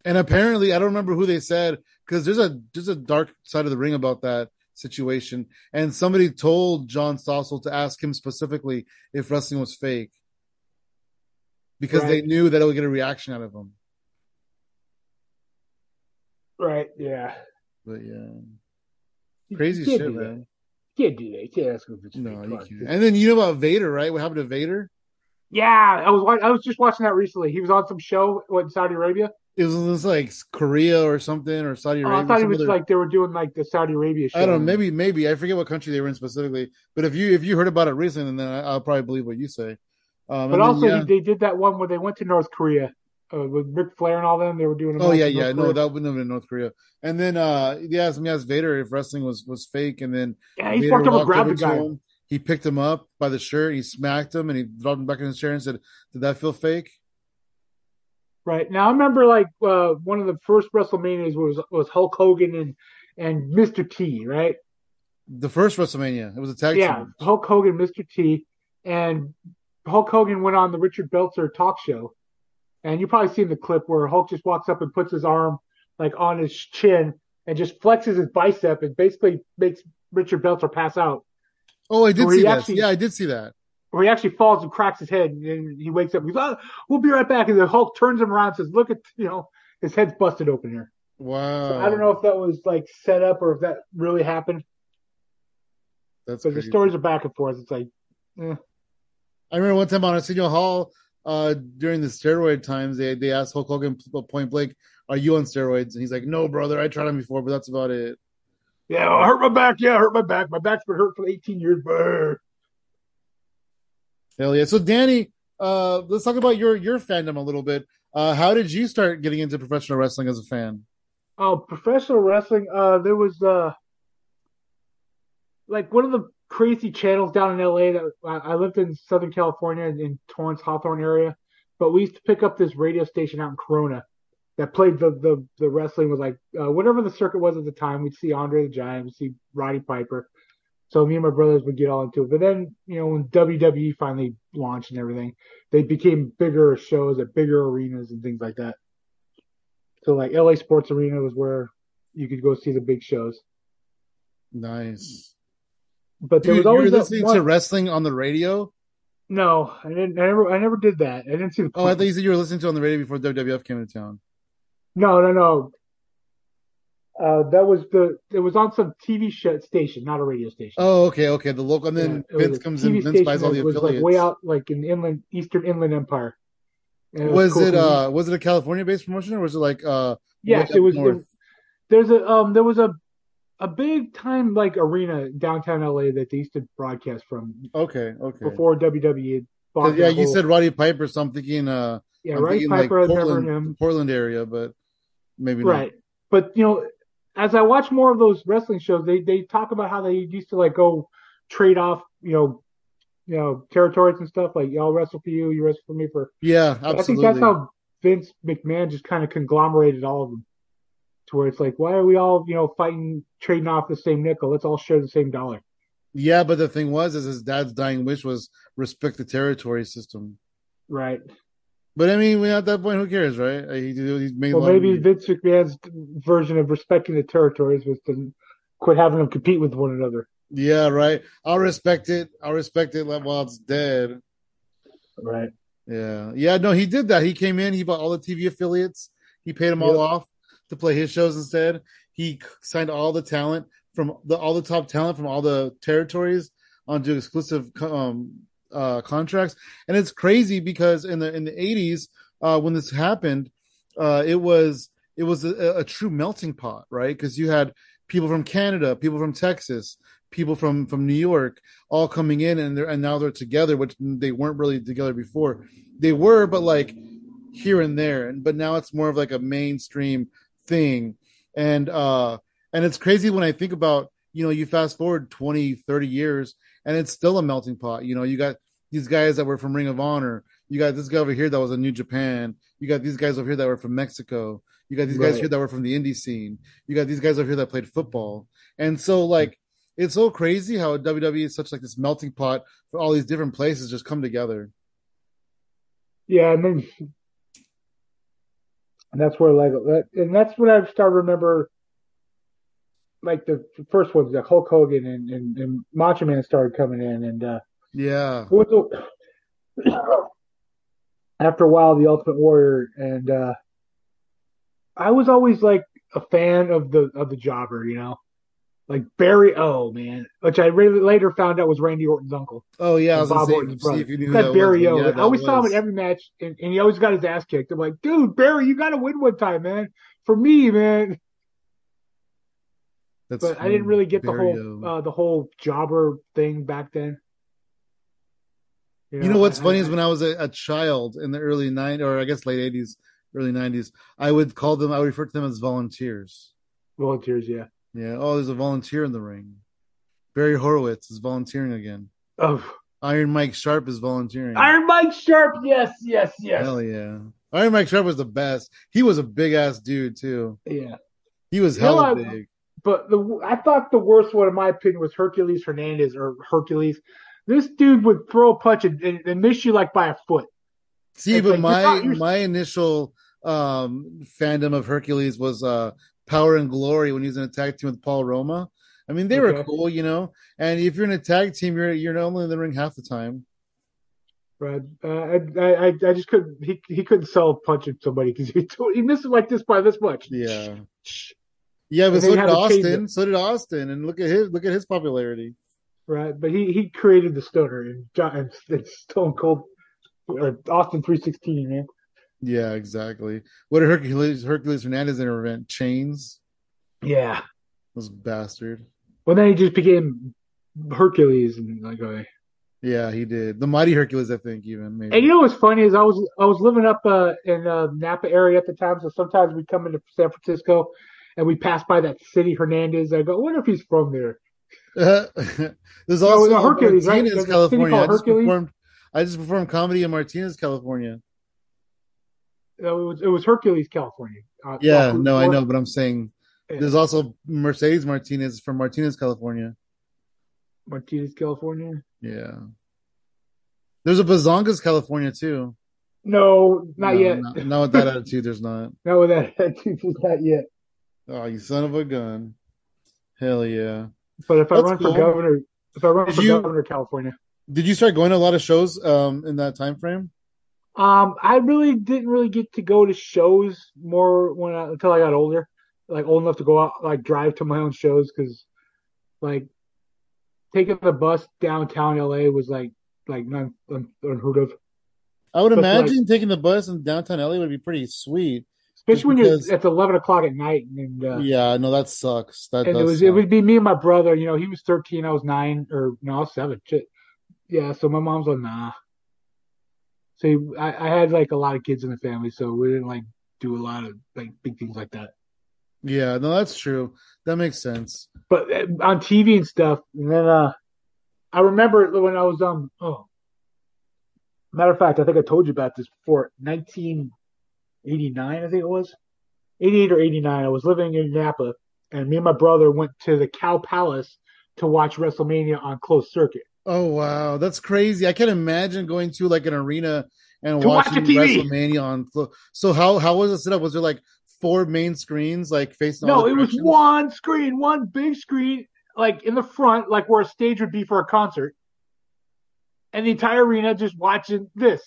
[SPEAKER 2] And apparently, I don't remember who they said because there's a there's a dark side of the ring about that situation. And somebody told John Stossel to ask him specifically if wrestling was fake because
[SPEAKER 1] Right.
[SPEAKER 2] they knew that it would get a reaction out of him.
[SPEAKER 1] Right, yeah,
[SPEAKER 2] But yeah,
[SPEAKER 1] You-
[SPEAKER 2] crazy
[SPEAKER 1] you can't
[SPEAKER 2] shit,
[SPEAKER 1] do that.
[SPEAKER 2] man.
[SPEAKER 1] You can't do that. You can't ask him if it's
[SPEAKER 2] No,
[SPEAKER 1] fake
[SPEAKER 2] you
[SPEAKER 1] card.
[SPEAKER 2] can't. And then you know about Vader, right? What happened to Vader?
[SPEAKER 1] Yeah, I was wa- I was just watching that recently. He was on some show what, in Saudi Arabia.
[SPEAKER 2] It was in this like Korea or something or Saudi
[SPEAKER 1] Oh,
[SPEAKER 2] Arabia.
[SPEAKER 1] I thought he
[SPEAKER 2] some
[SPEAKER 1] was
[SPEAKER 2] other-
[SPEAKER 1] like they were doing like the Saudi Arabia show.
[SPEAKER 2] I don't know, maybe maybe I forget what country they were in specifically, but if you if you heard about it recently, then I, I'll probably believe what you say. Um,
[SPEAKER 1] But
[SPEAKER 2] and then,
[SPEAKER 1] also,
[SPEAKER 2] yeah.
[SPEAKER 1] he, they did that one where they went to North Korea uh, with Ric Flair and all them. They were doing. a
[SPEAKER 2] oh
[SPEAKER 1] match
[SPEAKER 2] yeah,
[SPEAKER 1] in North
[SPEAKER 2] yeah, no,
[SPEAKER 1] Korea.
[SPEAKER 2] that wouldn't have been North Korea. And then uh, they asked me asked Vader if wrestling was was fake, and then
[SPEAKER 1] yeah, he
[SPEAKER 2] Vader
[SPEAKER 1] fucked up and
[SPEAKER 2] walked
[SPEAKER 1] grabbed
[SPEAKER 2] over
[SPEAKER 1] the
[SPEAKER 2] to
[SPEAKER 1] guy.
[SPEAKER 2] him, He picked him up by the shirt, he smacked him, and he dropped him back in his chair and said, "Did that feel fake?"
[SPEAKER 1] Right now, I remember like uh, one of the first WrestleManias was was Hulk Hogan and and Mr. T, right?
[SPEAKER 2] The first WrestleMania, it was a tag
[SPEAKER 1] Yeah,
[SPEAKER 2] team.
[SPEAKER 1] Hulk Hogan, Mr. T, and Hulk Hogan went on the Richard Belzer talk show, and you probably seen the clip where Hulk just walks up and puts his arm like on his chin and just flexes his bicep and basically makes Richard Belzer pass out.
[SPEAKER 2] Oh, I did
[SPEAKER 1] Where he
[SPEAKER 2] see that.
[SPEAKER 1] actually-
[SPEAKER 2] Yeah, I did see that.
[SPEAKER 1] Where he actually falls and cracks his head, and then he wakes up. And goes, oh, "We'll be right back." And the Hulk turns him around and says, "Look at you know his head's busted open here."
[SPEAKER 2] Wow,
[SPEAKER 1] So I don't know if that was like set up or if that really happened.
[SPEAKER 2] That's
[SPEAKER 1] So the
[SPEAKER 2] crazy.
[SPEAKER 1] stories are back and forth. It's like
[SPEAKER 2] I remember one time on Arsenio Hall, uh, during the steroid times, they they asked Hulk Hogan point blank, "Are you on steroids?" And he's like, "No, brother. I tried them before, but that's about it."
[SPEAKER 1] Yeah, I hurt my back. Yeah, I hurt my back. My back's been hurt for 18 years. Brr.
[SPEAKER 2] Hell yeah! So Danny, uh, let's talk about your your fandom a little bit. Uh, how did you start getting into professional wrestling as a fan?
[SPEAKER 1] Oh, professional wrestling. Uh, there was uh, like one of the crazy channels down in LA. That I I lived in Southern California in Torrance Hawthorne area, but we used to pick up this radio station out in Corona that played the the, the wrestling was like uh, whatever the circuit was at the time. We'd see Andre the Giant, we'd see Roddy Piper. So me and my brothers would get all into it. But then, you know, when WWE finally launched and everything, they became bigger shows at bigger arenas and things like that. So like LA Sports Arena was where you could go see the big shows.
[SPEAKER 2] Nice.
[SPEAKER 1] But there
[SPEAKER 2] Dude,
[SPEAKER 1] was always
[SPEAKER 2] you're
[SPEAKER 1] that
[SPEAKER 2] listening
[SPEAKER 1] one-
[SPEAKER 2] to wrestling on the radio.
[SPEAKER 1] *laughs* no, I didn't. I never, I never did that. I didn't see the.
[SPEAKER 2] Oh, I thought you said you were listening to it on the radio before WWF came into town.
[SPEAKER 1] No, no, no. Uh, that was the. It was on some TV show, station, not a radio station.
[SPEAKER 2] Oh, okay, okay. The local, and
[SPEAKER 1] Yeah,
[SPEAKER 2] then
[SPEAKER 1] it was
[SPEAKER 2] Vince
[SPEAKER 1] a
[SPEAKER 2] comes
[SPEAKER 1] TV
[SPEAKER 2] in, Vince buys
[SPEAKER 1] station
[SPEAKER 2] all the
[SPEAKER 1] that was
[SPEAKER 2] affiliates.
[SPEAKER 1] like way out, like in inland, eastern inland empire. And
[SPEAKER 2] was
[SPEAKER 1] cool
[SPEAKER 2] it
[SPEAKER 1] for me.
[SPEAKER 2] uh was it a California based promotion or was it like uh
[SPEAKER 1] Yes,
[SPEAKER 2] way
[SPEAKER 1] it
[SPEAKER 2] up
[SPEAKER 1] was.
[SPEAKER 2] north?
[SPEAKER 1] it- there's a um, there was a a big time like arena downtown LA that they used to broadcast from
[SPEAKER 2] okay okay
[SPEAKER 1] before WWE. bought
[SPEAKER 2] 'Cause, yeah
[SPEAKER 1] that
[SPEAKER 2] you
[SPEAKER 1] whole-
[SPEAKER 2] said Roddy Piper so I'm thinking uh
[SPEAKER 1] yeah,
[SPEAKER 2] I'm
[SPEAKER 1] right.
[SPEAKER 2] thinking, like,
[SPEAKER 1] Piper, I remember
[SPEAKER 2] Portland,
[SPEAKER 1] him.
[SPEAKER 2] Portland area but maybe
[SPEAKER 1] Right. But you know, as I watch more of those wrestling shows, they they talk about how they used to like go trade off, you know, you know, territories and stuff. Like y'all wrestle for you, you wrestle for me for.
[SPEAKER 2] not yeah
[SPEAKER 1] I think
[SPEAKER 2] absolutely
[SPEAKER 1] that's how Vince McMahon just kind of conglomerated all of them, to where it's like, why are we all you know fighting, trading off the same nickel? Let's all share the same dollar.
[SPEAKER 2] yeah but the thing was is his dad's dying wish was respect the territory system
[SPEAKER 1] Right.
[SPEAKER 2] but I mean we at that point who cares right Uh, he he's making
[SPEAKER 1] Well,
[SPEAKER 2] a lot of
[SPEAKER 1] maybe
[SPEAKER 2] money.
[SPEAKER 1] Vince McMahon's version of respecting the territories was to quit having them compete with one another.
[SPEAKER 2] yeah right I'll respect it I'll respect it like, while it's dead
[SPEAKER 1] Right.
[SPEAKER 2] Yeah, yeah, no, he did that. He came in, he bought all the TV affiliates, he paid them all
[SPEAKER 1] Yep.
[SPEAKER 2] off to play his shows instead. He c- signed all the talent from the all the top talent from all the territories onto exclusive co- um, uh, contracts, and it's crazy because in the in the eighties, uh, when this happened, uh, it was it was a, a true melting pot, right? Because you had people from Canada, people from Texas, people from from New York, all coming in, and they're and now they're together, which they weren't really together before they were but like here and there and but now it's more of like a mainstream thing and uh and it's crazy when i think about you know you fast forward 20 30 years and it's still a melting pot you know you got these guys that were from ring of honor you got this guy over here that was in new japan you got these guys over here that were from mexico you got these guys
[SPEAKER 1] Right.
[SPEAKER 2] here that were from the indie scene you got these guys over here that played football and so like it's so crazy how wwe is such like this melting pot for all these different places just come together
[SPEAKER 1] Yeah, and then and that's where like that, and that's when I start to remember like the first ones, like Hulk Hogan and, and, and Macho Man started coming in, and uh,
[SPEAKER 2] yeah
[SPEAKER 1] who was the- *coughs* after a while, the Ultimate Warrior, and uh, I was always like a fan of the of the Jobber, you know, like Barry O, man, which I really later found out was Randy Orton's uncle.
[SPEAKER 2] Oh yeah, I was
[SPEAKER 1] Bob
[SPEAKER 2] gonna say,
[SPEAKER 1] Orton's
[SPEAKER 2] see
[SPEAKER 1] brother.
[SPEAKER 2] if you knew who
[SPEAKER 1] that
[SPEAKER 2] that
[SPEAKER 1] Barry O.
[SPEAKER 2] was. Yeah,
[SPEAKER 1] I always
[SPEAKER 2] that
[SPEAKER 1] saw him
[SPEAKER 2] was.
[SPEAKER 1] in every match, and, and he always got his ass kicked. I'm like, dude, Barry, you got to win one time, man. For me, man.
[SPEAKER 2] That's
[SPEAKER 1] But I didn't
[SPEAKER 2] funny.
[SPEAKER 1] really get
[SPEAKER 2] Barry
[SPEAKER 1] the whole
[SPEAKER 2] O.
[SPEAKER 1] uh, the whole jobber thing back then.
[SPEAKER 2] you know what's
[SPEAKER 1] I-
[SPEAKER 2] funny
[SPEAKER 1] I-
[SPEAKER 2] is when I was a, a child in the early nine or I guess late eighties, early nineties, I would call them. I would refer to them as volunteers.
[SPEAKER 1] volunteers, yeah.
[SPEAKER 2] Yeah. Oh, there's a volunteer in the ring. Barry Horowitz is volunteering again.
[SPEAKER 1] Oh,
[SPEAKER 2] Iron Mike Sharp is volunteering.
[SPEAKER 1] Iron Mike Sharp, yes, yes, yes,
[SPEAKER 2] Hell yeah! Iron Mike Sharp was the best. He was a big ass dude too.
[SPEAKER 1] yeah.
[SPEAKER 2] He was
[SPEAKER 1] You know,
[SPEAKER 2] hella
[SPEAKER 1] I-
[SPEAKER 2] big.
[SPEAKER 1] But the I thought the worst one, in my opinion, was Hercules Hernandez or Hercules. This dude would throw a punch and, and, and miss you like by a foot.
[SPEAKER 2] See,
[SPEAKER 1] It's like,
[SPEAKER 2] but
[SPEAKER 1] you're
[SPEAKER 2] my
[SPEAKER 1] not- you're-
[SPEAKER 2] my initial um fandom of Hercules was uh Power and Glory when he was in a tag team with Paul Roma. I mean, they were
[SPEAKER 1] Okay.
[SPEAKER 2] cool, you know. And if you're in a tag team, you're you're only in the ring half the time.
[SPEAKER 1] Right. Uh, I, I I I just couldn't. He he couldn't sell punching somebody because he *laughs* he missed it like this by this much.
[SPEAKER 2] Yeah, yeah. But
[SPEAKER 1] And
[SPEAKER 2] so
[SPEAKER 1] they
[SPEAKER 2] did
[SPEAKER 1] had to change
[SPEAKER 2] Austin. So did Austin. And look at his look at his popularity.
[SPEAKER 1] Right. But he he created the stoner and John and Stone Cold or Austin three sixteen, man.
[SPEAKER 2] Yeah, exactly. What did Hercules Hercules Hernandez invent? Chains?
[SPEAKER 1] Yeah.
[SPEAKER 2] This bastard.
[SPEAKER 1] Well, then he just became Hercules and like. Okay.
[SPEAKER 2] Yeah, he did. The Mighty Hercules, I think, even maybe.
[SPEAKER 1] And you know what's funny is I was I was living up uh, in uh, Napa area at the time, so sometimes we come into San Francisco and we pass by that city Hernandez. I go, I wonder if he's from there.
[SPEAKER 2] Uh, *laughs* there's
[SPEAKER 1] No,
[SPEAKER 2] also
[SPEAKER 1] the Hercules, right?
[SPEAKER 2] Martinez,
[SPEAKER 1] There's a city
[SPEAKER 2] California. I
[SPEAKER 1] called
[SPEAKER 2] just,
[SPEAKER 1] Hercules.
[SPEAKER 2] performed, I just performed comedy in Martinez, California.
[SPEAKER 1] Uh, It was, it was Hercules, California. Uh,
[SPEAKER 2] Yeah,
[SPEAKER 1] off Route
[SPEAKER 2] no, I
[SPEAKER 1] four.
[SPEAKER 2] know, but I'm saying
[SPEAKER 1] Yeah.
[SPEAKER 2] there's also Mercedes Martinez from Martinez, California.
[SPEAKER 1] Martinez, California.
[SPEAKER 2] Yeah. There's a Bazongas, California, too.
[SPEAKER 1] No, not
[SPEAKER 2] No,
[SPEAKER 1] yet.
[SPEAKER 2] Not, not with that attitude, there's not.
[SPEAKER 1] Not with that *laughs* attitude, not yet.
[SPEAKER 2] Oh, you son of a gun. Hell yeah.
[SPEAKER 1] But if I
[SPEAKER 2] That's
[SPEAKER 1] run
[SPEAKER 2] cool.
[SPEAKER 1] for governor, if I run
[SPEAKER 2] Did
[SPEAKER 1] for
[SPEAKER 2] you-
[SPEAKER 1] governor of California,
[SPEAKER 2] Did you start going to a lot of shows um, in that time frame?
[SPEAKER 1] Um, I really didn't really get to go to shows more when I, until I got older, like old enough to go out, like drive to my own shows because, like, taking the bus downtown LA was like like not un, unheard of,
[SPEAKER 2] I would
[SPEAKER 1] But, like-
[SPEAKER 2] imagine taking the bus in downtown LA would be pretty sweet. Just
[SPEAKER 1] especially when you're
[SPEAKER 2] because-
[SPEAKER 1] it's eleven o'clock at night and uh,
[SPEAKER 2] Yeah, no, that sucks. That
[SPEAKER 1] and
[SPEAKER 2] does
[SPEAKER 1] it was it
[SPEAKER 2] suck.
[SPEAKER 1] would be me and my brother. You know, he was thirteen, I was nine or no, I was seven. Shit. Yeah, so my mom's like, nah. So I, I had like a lot of kids in the family, so we didn't like do a lot of like big things like that.
[SPEAKER 2] Yeah, no, that's true. That makes sense.
[SPEAKER 1] but uh, on TV and stuff. And then uh, I remember when I was um oh, matter of fact, I think I told you about this before. 1989, I think it was 88 or 89. I was living in Napa, and me and my brother went to the Cow Palace to watch WrestleMania on closed circuit.
[SPEAKER 2] Oh wow, that's crazy. I can't imagine going to like an arena and
[SPEAKER 1] To watch
[SPEAKER 2] watching
[SPEAKER 1] a TV.
[SPEAKER 2] WrestleMania on floor. So how how was it set up? Was there like four main screens like facing
[SPEAKER 1] No,
[SPEAKER 2] all the
[SPEAKER 1] it was
[SPEAKER 2] directions?
[SPEAKER 1] one screen, one big screen, like in the front, like where a stage would be for a concert. And the entire arena just watching this.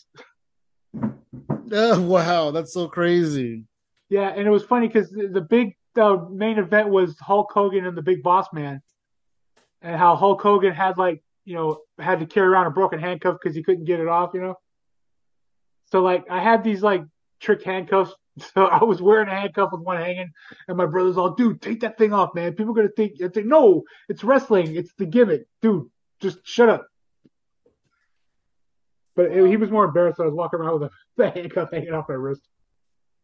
[SPEAKER 2] Oh, wow, that's so crazy.
[SPEAKER 1] Yeah, and it was funny because the, the big uh, main event was Hulk Hogan and the Big Boss Man, and how Hulk Hogan had like you know had to carry around a broken handcuff because he couldn't get it off, you know. So like I had these like trick handcuffs, *laughs* so I was wearing a handcuff with one hanging, and my brother's all, dude, take that thing off, man. People are gonna think, I think no, it's wrestling, it's the gimmick, dude, just shut up. But it, he was more embarrassed. that I was walking around with a, *laughs* a handcuff hanging off my wrist.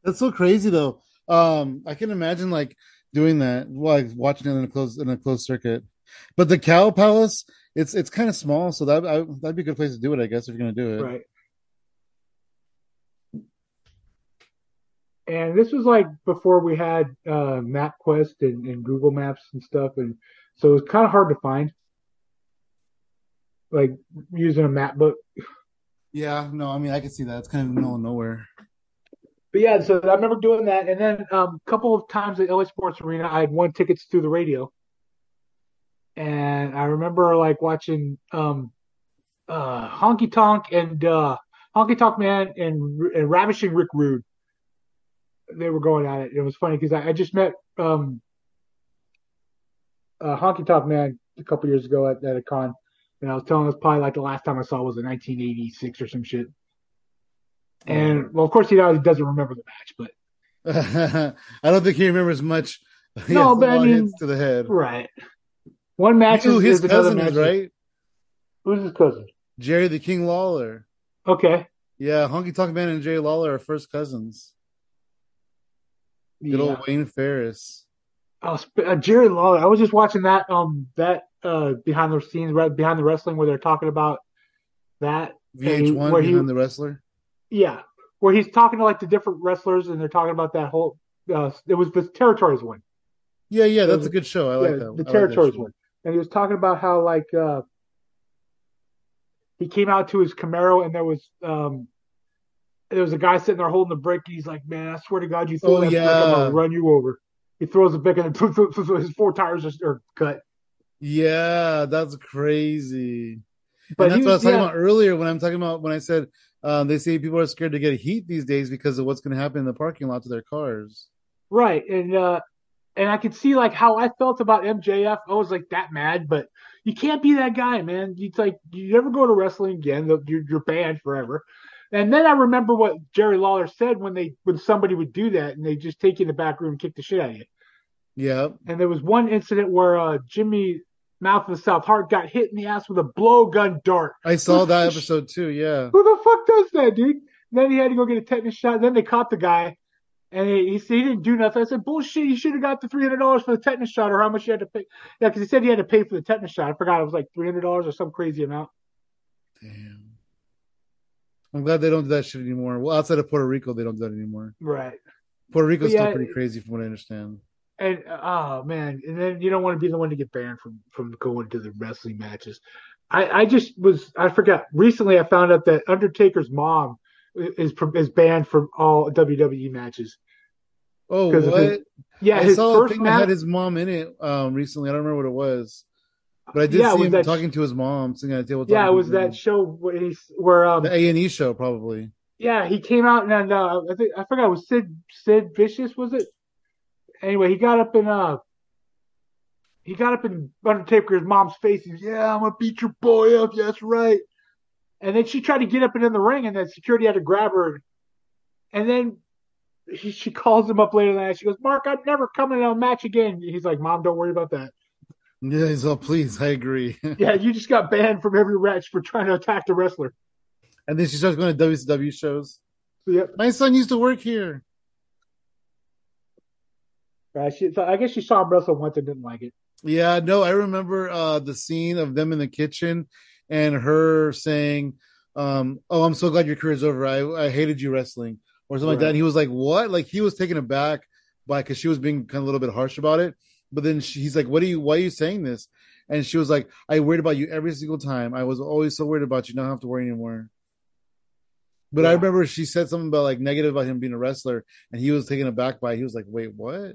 [SPEAKER 2] That's so crazy though. Um, I can imagine like doing that, like watching it in a closed in a closed circuit. But the Cow Palace, it's it's kind of small, so that I, that'd be a good place to do it, I guess, if you're gonna do it.
[SPEAKER 1] Right. And this was like before we had uh, MapQuest and, and Google Maps and stuff, and so it was kind of hard to find, like using a map book.
[SPEAKER 2] Yeah, no, I mean I can see that. It's kind of in the middle of nowhere.
[SPEAKER 1] But yeah, so I remember doing that, and then um, a couple of times at LA Sports Arena, I had won tickets through the radio, and I remember like watching um, uh, Honky Tonk and uh, Honky Tonk Man and, and Ravishing Rick Rude. They were going at it. It was funny because I, I just met um, uh, Honky Tonk Man a couple years ago at, at a con, and I was telling him it was probably like the last time I saw was in 1986 or some shit. And
[SPEAKER 2] Mm.
[SPEAKER 1] well, of course, he always doesn't remember the match, but
[SPEAKER 2] *laughs* I don't think he remembers much. He
[SPEAKER 1] No,
[SPEAKER 2] has
[SPEAKER 1] but I
[SPEAKER 2] long
[SPEAKER 1] mean-
[SPEAKER 2] hits to the head.
[SPEAKER 1] Right. One match
[SPEAKER 2] You know who
[SPEAKER 1] is, is
[SPEAKER 2] his
[SPEAKER 1] another
[SPEAKER 2] cousin is,
[SPEAKER 1] match.
[SPEAKER 2] right?
[SPEAKER 1] Who's his cousin?
[SPEAKER 2] Jerry the King Lawler.
[SPEAKER 1] Okay.
[SPEAKER 2] Yeah, Honky Tonk Man and Jerry Lawler are first cousins. Good
[SPEAKER 1] Yeah.
[SPEAKER 2] old Wayne Ferris.
[SPEAKER 1] Oh, sp- uh, Jerry Lawler. I was just watching that um that uh behind the scenes right behind the wrestling where they're talking about that.
[SPEAKER 2] VH1
[SPEAKER 1] where he-
[SPEAKER 2] behind the wrestler.
[SPEAKER 1] Yeah, where he's talking to like the different wrestlers and they're talking about that whole. Uh, it was the territories one.
[SPEAKER 2] Yeah, yeah, that's
[SPEAKER 1] was-
[SPEAKER 2] a good show. I like
[SPEAKER 1] yeah,
[SPEAKER 2] that. I like
[SPEAKER 1] The
[SPEAKER 2] that
[SPEAKER 1] territories
[SPEAKER 2] show.
[SPEAKER 1] one, and he was talking about how like uh, he came out to his Camaro and there was um there was a guy sitting there holding the brick. And he's like, "Man, I swear to God, you throw
[SPEAKER 2] Oh,
[SPEAKER 1] that brick, I'm
[SPEAKER 2] yeah.
[SPEAKER 1] gonna run you over." He throws the brick and then *laughs* his four tires are, are cut.
[SPEAKER 2] Yeah, that's crazy.
[SPEAKER 1] But
[SPEAKER 2] and that's
[SPEAKER 1] he
[SPEAKER 2] what I
[SPEAKER 1] was,
[SPEAKER 2] was talking
[SPEAKER 1] yeah,
[SPEAKER 2] about earlier when I'm talking about when I said um, they say people are scared to get heat these days because of what's going to happen in the parking lot to their cars.
[SPEAKER 1] right, and uh, and I could see like how I felt about MJF. I was like that mad, but you can't be that guy, man. You like you never go to wrestling again. You're, you're banned forever. And then I remember what Jerry Lawler said when they when somebody would do that and they just take you in the back room and kick the shit out of you.
[SPEAKER 2] Yeah.
[SPEAKER 1] And there was one incident where uh, Jimmy Mouth of the South Heart got hit in the ass with a blowgun dart.
[SPEAKER 2] I saw
[SPEAKER 1] Who's-
[SPEAKER 2] that episode too. Yeah.
[SPEAKER 1] *laughs* Who the fuck does that, dude? Then he had to go get a tetanus shot. Then they caught the guy, and he, he said he didn't do nothing. I said bullshit. You should have got the three hundred dollars for the tetanus shot, or how much you had to pay. Yeah, because he said he had to pay for the tetanus shot. I forgot it was like three hundred dollars or some crazy amount.
[SPEAKER 2] Damn. I'm glad they don't do that shit anymore. Well, outside of Puerto Rico, they don't do that anymore.
[SPEAKER 1] Right.
[SPEAKER 2] Puerto Rico's
[SPEAKER 1] Yeah.
[SPEAKER 2] still pretty crazy from what I understand.
[SPEAKER 1] And uh, oh man, and then you don't want to be the one to get banned from from going to the wrestling matches. I I just was I forgot recently. I found out that Undertaker's mom i- is from- is banned from all WWE matches.
[SPEAKER 2] Oh,
[SPEAKER 1] 'Cause of his
[SPEAKER 2] what?
[SPEAKER 1] Yeah,
[SPEAKER 2] I
[SPEAKER 1] his
[SPEAKER 2] saw a
[SPEAKER 1] first
[SPEAKER 2] thing that
[SPEAKER 1] match.
[SPEAKER 2] had his mom in it um, recently. I don't remember what it was, but I did
[SPEAKER 1] Yeah, it
[SPEAKER 2] see
[SPEAKER 1] was
[SPEAKER 2] him
[SPEAKER 1] that-
[SPEAKER 2] talking to his mom, sitting at a table.
[SPEAKER 1] yeah, it
[SPEAKER 2] talking to
[SPEAKER 1] was
[SPEAKER 2] his
[SPEAKER 1] that
[SPEAKER 2] mom.
[SPEAKER 1] show where he's where um
[SPEAKER 2] the A and E show, probably.
[SPEAKER 1] yeah he came out and uh, I think I forgot it was Sid Sid Vicious was it? Anyway, he got up in uh he got up in Undertaker's mom's face. He's yeah, I'm gonna beat your boy up. Yeah, that's right. And then she tried to get up and in the ring, and then security had to grab her. And then he, she calls him up later that night. She goes, "Mark, I'm never coming in a match again." He's like, "Mom, don't worry about that."
[SPEAKER 2] Yeah, so please, I agree. *laughs*
[SPEAKER 1] yeah, you just got banned from every match for trying to attack the wrestler.
[SPEAKER 2] and then she starts going to WCW shows.
[SPEAKER 1] So, yep.
[SPEAKER 2] My son used to work here.
[SPEAKER 1] Right. She, so I guess she saw him wrestle once and didn't like it.
[SPEAKER 2] Yeah, no, I remember uh, the scene of them in the kitchen and her saying, um, "Oh, I'm so glad your career's over. I, I hated you wrestling or something like that."
[SPEAKER 1] Right.
[SPEAKER 2] And he was like, "What?" Like he was taken aback by because she was being kind of a little bit harsh about it. But then she, he's like, "What are you? Why are you saying this?" And she was like, "I worried about you every single time. I was always so worried about you. Now I don't have to worry anymore." But I
[SPEAKER 1] Yeah.
[SPEAKER 2] remember she said something about like negative about him being a wrestler, and he was taken aback by. It. He was like, "Wait, what?"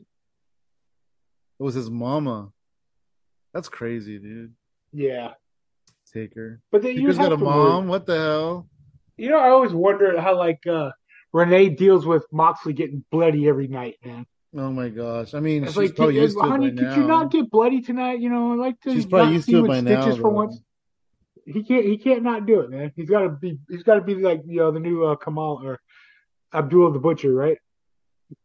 [SPEAKER 2] It was his mama. That's crazy, dude.
[SPEAKER 1] Yeah.
[SPEAKER 2] Take her.
[SPEAKER 1] But then you
[SPEAKER 2] Taker's
[SPEAKER 1] have
[SPEAKER 2] got a
[SPEAKER 1] to
[SPEAKER 2] mom.
[SPEAKER 1] worry.
[SPEAKER 2] What the hell?
[SPEAKER 1] You know, I always wondered how like uh Renee deals with Moxley getting bloody every night, man.
[SPEAKER 2] Oh my gosh. I mean,
[SPEAKER 1] It's
[SPEAKER 2] she's
[SPEAKER 1] like,
[SPEAKER 2] probably
[SPEAKER 1] dude,
[SPEAKER 2] used to it
[SPEAKER 1] honey,
[SPEAKER 2] by
[SPEAKER 1] could
[SPEAKER 2] now.
[SPEAKER 1] you not get bloody tonight? You know, I like to
[SPEAKER 2] she's probably
[SPEAKER 1] not
[SPEAKER 2] used
[SPEAKER 1] see
[SPEAKER 2] to
[SPEAKER 1] you
[SPEAKER 2] it
[SPEAKER 1] with
[SPEAKER 2] by now.
[SPEAKER 1] stitches for
[SPEAKER 2] though.
[SPEAKER 1] once. He can't. He can't not do it, man. He's got to be. He's got to be like you know the new uh, Kamal or Abdul the Butcher, right?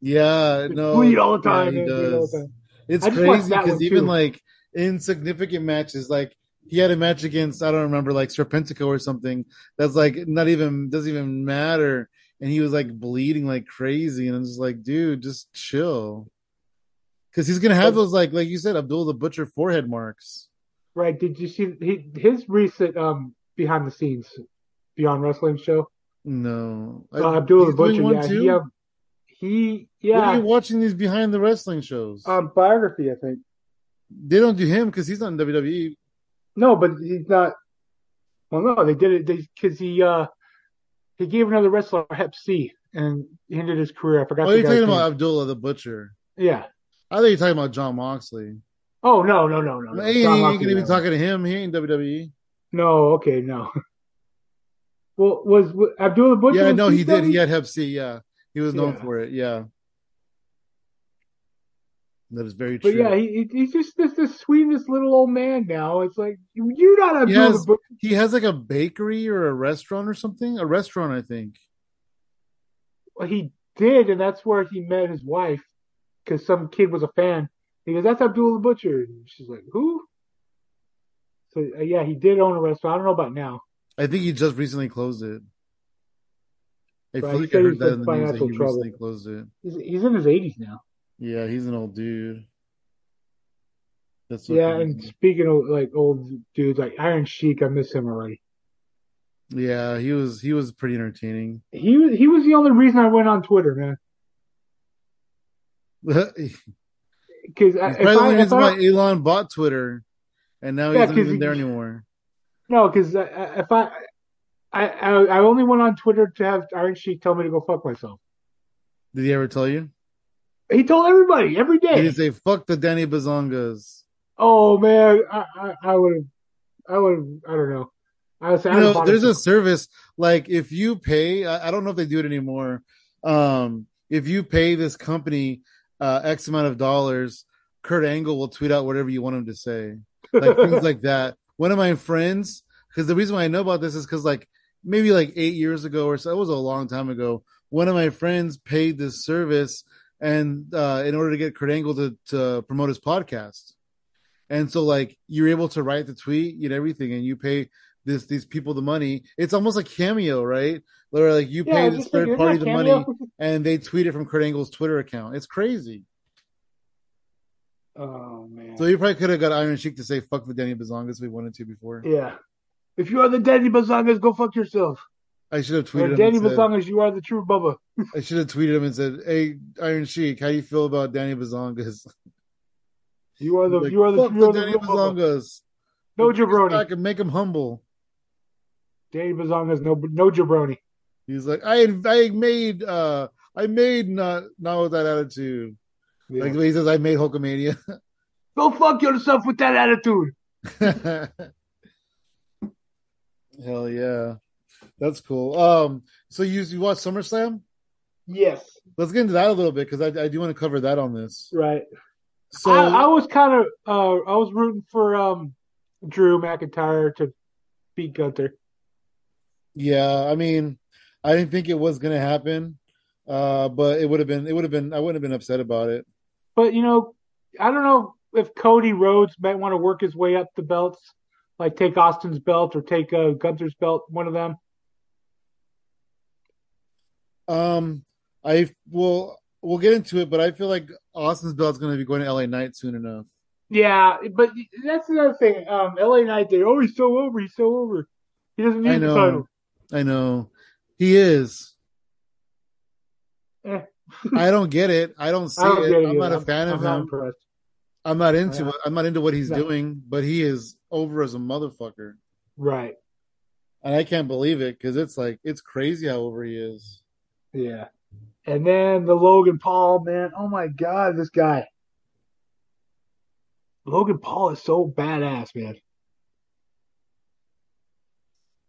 [SPEAKER 2] Yeah, no.
[SPEAKER 1] bleed all the
[SPEAKER 2] yeah,
[SPEAKER 1] time,
[SPEAKER 2] he
[SPEAKER 1] man, bleed all
[SPEAKER 2] does.
[SPEAKER 1] the time.
[SPEAKER 2] It's
[SPEAKER 1] I just watched
[SPEAKER 2] crazy
[SPEAKER 1] that
[SPEAKER 2] because
[SPEAKER 1] one,
[SPEAKER 2] even
[SPEAKER 1] too.
[SPEAKER 2] like insignificant matches, like he had a match against I don't remember like Serpentico or something that's like not even doesn't even matter, and he was like bleeding like crazy, and I'm just like, dude, just chill, because he's gonna have
[SPEAKER 1] But-
[SPEAKER 2] those like like you said, Abdul the Butcher forehead marks.
[SPEAKER 1] Right? Did you see he, his recent um behind the scenes Beyond Wrestling show?
[SPEAKER 2] No, I-
[SPEAKER 1] Uh, Abdul the
[SPEAKER 2] he's doing
[SPEAKER 1] Butcher.
[SPEAKER 2] one
[SPEAKER 1] Yeah,
[SPEAKER 2] too?
[SPEAKER 1] he. Um, he
[SPEAKER 2] What are
[SPEAKER 1] yeah.
[SPEAKER 2] you watching these behind the wrestling shows?
[SPEAKER 1] Um, biography, I think.
[SPEAKER 2] they don't do him because he's not in E. WWE.
[SPEAKER 1] No, but he's not. Well, no, they did it because he uh he gave another wrestler Hep C and ended his career. I forgot.
[SPEAKER 2] Oh,
[SPEAKER 1] the
[SPEAKER 2] you're
[SPEAKER 1] guy's
[SPEAKER 2] talking
[SPEAKER 1] name.
[SPEAKER 2] about Abdullah the Butcher.
[SPEAKER 1] Yeah.
[SPEAKER 2] I thought you're talking about John Moxley.
[SPEAKER 1] Oh no no no no. no.
[SPEAKER 2] No, he
[SPEAKER 1] John
[SPEAKER 2] ain't
[SPEAKER 1] Moxley,
[SPEAKER 2] gonna be
[SPEAKER 1] no.
[SPEAKER 2] talking to him. He ain't E. WWE.
[SPEAKER 1] No, okay, no. *laughs* Well, was, was Abdullah Butcher?
[SPEAKER 2] yeah,
[SPEAKER 1] was
[SPEAKER 2] no, he did.
[SPEAKER 1] WWE?
[SPEAKER 2] He had Hep C. Yeah, he was known
[SPEAKER 1] Yeah.
[SPEAKER 2] for it. Yeah, that is very true.
[SPEAKER 1] But yeah, he, he- he's just this, this sweetest little old man now. It's like you're not Abdullah
[SPEAKER 2] Yes.
[SPEAKER 1] Butcher.
[SPEAKER 2] he, has like a bakery or a restaurant or something. A restaurant, I think.
[SPEAKER 1] Well, He did, and that's where he met his wife because some kid was a fan. He goes, "That's Abdullah Butcher." And she's like, "Who?" So uh, yeah, he did own a restaurant. I don't know about now.
[SPEAKER 2] I think he just recently closed it. I
[SPEAKER 1] Right,
[SPEAKER 2] feel
[SPEAKER 1] he
[SPEAKER 2] like I
[SPEAKER 1] said he
[SPEAKER 2] heard
[SPEAKER 1] was
[SPEAKER 2] that
[SPEAKER 1] in
[SPEAKER 2] in the news that he
[SPEAKER 1] financial trouble.
[SPEAKER 2] recently closed it.
[SPEAKER 1] He's, he's in his 80s now.
[SPEAKER 2] Yeah, he's an old dude. That's so
[SPEAKER 1] Yeah,
[SPEAKER 2] crazy.
[SPEAKER 1] and speaking of like old dudes, like Iron Sheik, I miss him already.
[SPEAKER 2] yeah, he was he was pretty entertaining. *laughs*
[SPEAKER 1] He was he was the only reason I went on Twitter, man.
[SPEAKER 2] He's
[SPEAKER 1] Because
[SPEAKER 2] probably
[SPEAKER 1] if
[SPEAKER 2] the
[SPEAKER 1] I,
[SPEAKER 2] only
[SPEAKER 1] if
[SPEAKER 2] reason
[SPEAKER 1] I
[SPEAKER 2] why Elon bought Twitter, and now
[SPEAKER 1] Yeah,
[SPEAKER 2] he's not
[SPEAKER 1] 'cause
[SPEAKER 2] even
[SPEAKER 1] he-
[SPEAKER 2] there anymore.
[SPEAKER 1] no, because if I, I I I only went on Twitter to have Iron Sheik tell me to go fuck myself.
[SPEAKER 2] Did he ever tell you?
[SPEAKER 1] He told everybody every
[SPEAKER 2] He
[SPEAKER 1] day.
[SPEAKER 2] didn't say fuck the Danny Bazongas.
[SPEAKER 1] Oh man, I I, I would have I would have I don't know. I would say
[SPEAKER 2] You
[SPEAKER 1] I
[SPEAKER 2] know,
[SPEAKER 1] bought
[SPEAKER 2] there's
[SPEAKER 1] it.
[SPEAKER 2] a service like if you pay. I, I don't know if they do it anymore. Um, if you pay this company uh, X amount of dollars, Kurt Angle will tweet out whatever you want him
[SPEAKER 1] *laughs*
[SPEAKER 2] to say, like things like that. One of my friends, because the reason why I know about this is because like maybe like eight years ago or so. It was a long time ago. One of my friends paid this service and uh, in order to get Credangle to, to promote his podcast. And so like you're able to write the tweet and everything and you pay this these people the money. It's almost like cameo, right? Where like you
[SPEAKER 1] Yeah, I
[SPEAKER 2] pay
[SPEAKER 1] was
[SPEAKER 2] this
[SPEAKER 1] just like,
[SPEAKER 2] third
[SPEAKER 1] isn't
[SPEAKER 2] party
[SPEAKER 1] that
[SPEAKER 2] the
[SPEAKER 1] Cameo?
[SPEAKER 2] money and they tweet it from Kurt Angle's Twitter account. It's crazy.
[SPEAKER 1] Oh man.
[SPEAKER 2] So he probably could have got Iron Sheik to say fuck with Danny Bazongas if we wanted to before.
[SPEAKER 1] yeah. If you are the Danny Bazangas, go fuck yourself.
[SPEAKER 2] I should have
[SPEAKER 1] Or
[SPEAKER 2] tweeted him.
[SPEAKER 1] Danny
[SPEAKER 2] and said,
[SPEAKER 1] Bazangas, you are the true Bubba.
[SPEAKER 2] I should have tweeted him and said, "Hey, Iron Sheik, how you feel about Danny
[SPEAKER 1] *laughs*
[SPEAKER 2] Bazongas?"
[SPEAKER 1] You are the
[SPEAKER 2] Like,
[SPEAKER 1] you are the
[SPEAKER 2] fuck
[SPEAKER 1] you are
[SPEAKER 2] with
[SPEAKER 1] the
[SPEAKER 2] Danny
[SPEAKER 1] real Bubba.
[SPEAKER 2] Bazongas.
[SPEAKER 1] No
[SPEAKER 2] Take his
[SPEAKER 1] jabroni.
[SPEAKER 2] back and make him humble.
[SPEAKER 1] Danny Bazangas, no no jabroni.
[SPEAKER 2] He's like, I I made uh I made not not with that attitude.
[SPEAKER 1] Yeah.
[SPEAKER 2] Like the way he says, I made Hulkamania. *laughs*
[SPEAKER 1] go fuck yourself with that attitude.
[SPEAKER 2] Hell yeah, that's cool. Um, so you you watch SummerSlam?
[SPEAKER 1] Yes.
[SPEAKER 2] Let's get into that a little bit because I I do want to cover that on this.
[SPEAKER 1] Right.
[SPEAKER 2] So
[SPEAKER 1] I, I was kind of uh, I was rooting for um, Drew McIntyre to beat Gunther.
[SPEAKER 2] Yeah, I mean, I didn't think it was gonna happen, uh, but it would have been. It would have been. I wouldn't have been upset about it.
[SPEAKER 1] But you know, I don't know if Cody Rhodes might want to work his way up the belts, like take Austin's belt or take uh, Gunther's belt, one of them.
[SPEAKER 2] Um, I will. We'll get into it, but I feel like Austin's belt's gonna be going to LA Knight soon enough.
[SPEAKER 1] Yeah, but that's another thing. Um, LA Knight, they oh he's so over, he's so over. He doesn't
[SPEAKER 2] I
[SPEAKER 1] need the
[SPEAKER 2] know.
[SPEAKER 1] title.
[SPEAKER 2] I know he is.
[SPEAKER 1] Eh. *laughs*
[SPEAKER 2] I don't get it. I don't see
[SPEAKER 1] I don't
[SPEAKER 2] it.
[SPEAKER 1] get it
[SPEAKER 2] I'm not
[SPEAKER 1] either.
[SPEAKER 2] a fan
[SPEAKER 1] I'm
[SPEAKER 2] of
[SPEAKER 1] not
[SPEAKER 2] him.
[SPEAKER 1] impressed.
[SPEAKER 2] I'm not into
[SPEAKER 1] Yeah.
[SPEAKER 2] it. I'm not into what he's
[SPEAKER 1] No.
[SPEAKER 2] doing, but he is over as a motherfucker,
[SPEAKER 1] Right.
[SPEAKER 2] and I can't believe it because it's like it's crazy how over he is.
[SPEAKER 1] Yeah. And then the Logan Paul, man. Oh my God, this guy. Logan Paul is so badass, man.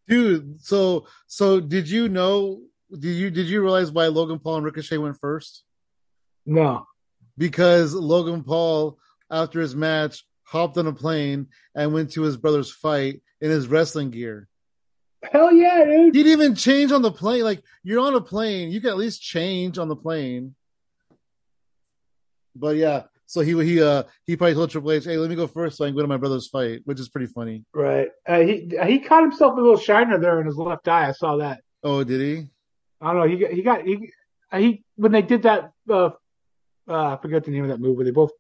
[SPEAKER 2] dude so so did you know did you did you realize why logan paul and ricochet went first
[SPEAKER 1] No.
[SPEAKER 2] because logan paul after his match hopped on a plane and went to his brother's fight in his wrestling gear
[SPEAKER 1] Hell yeah,
[SPEAKER 2] he
[SPEAKER 1] dude.
[SPEAKER 2] didn't even change on the plane like you're on a plane you can at least change on the plane but yeah so he he uh he probably told Triple H, "Hey, let me go first, so I can go to my brother's fight," which is pretty funny.
[SPEAKER 1] Right. Uh, he he caught himself a little shiner there in his left eye. I saw that.
[SPEAKER 2] Oh, did he?
[SPEAKER 1] I don't know. He got he got he, he when they did that. Uh, uh, I forget the name of that move where they both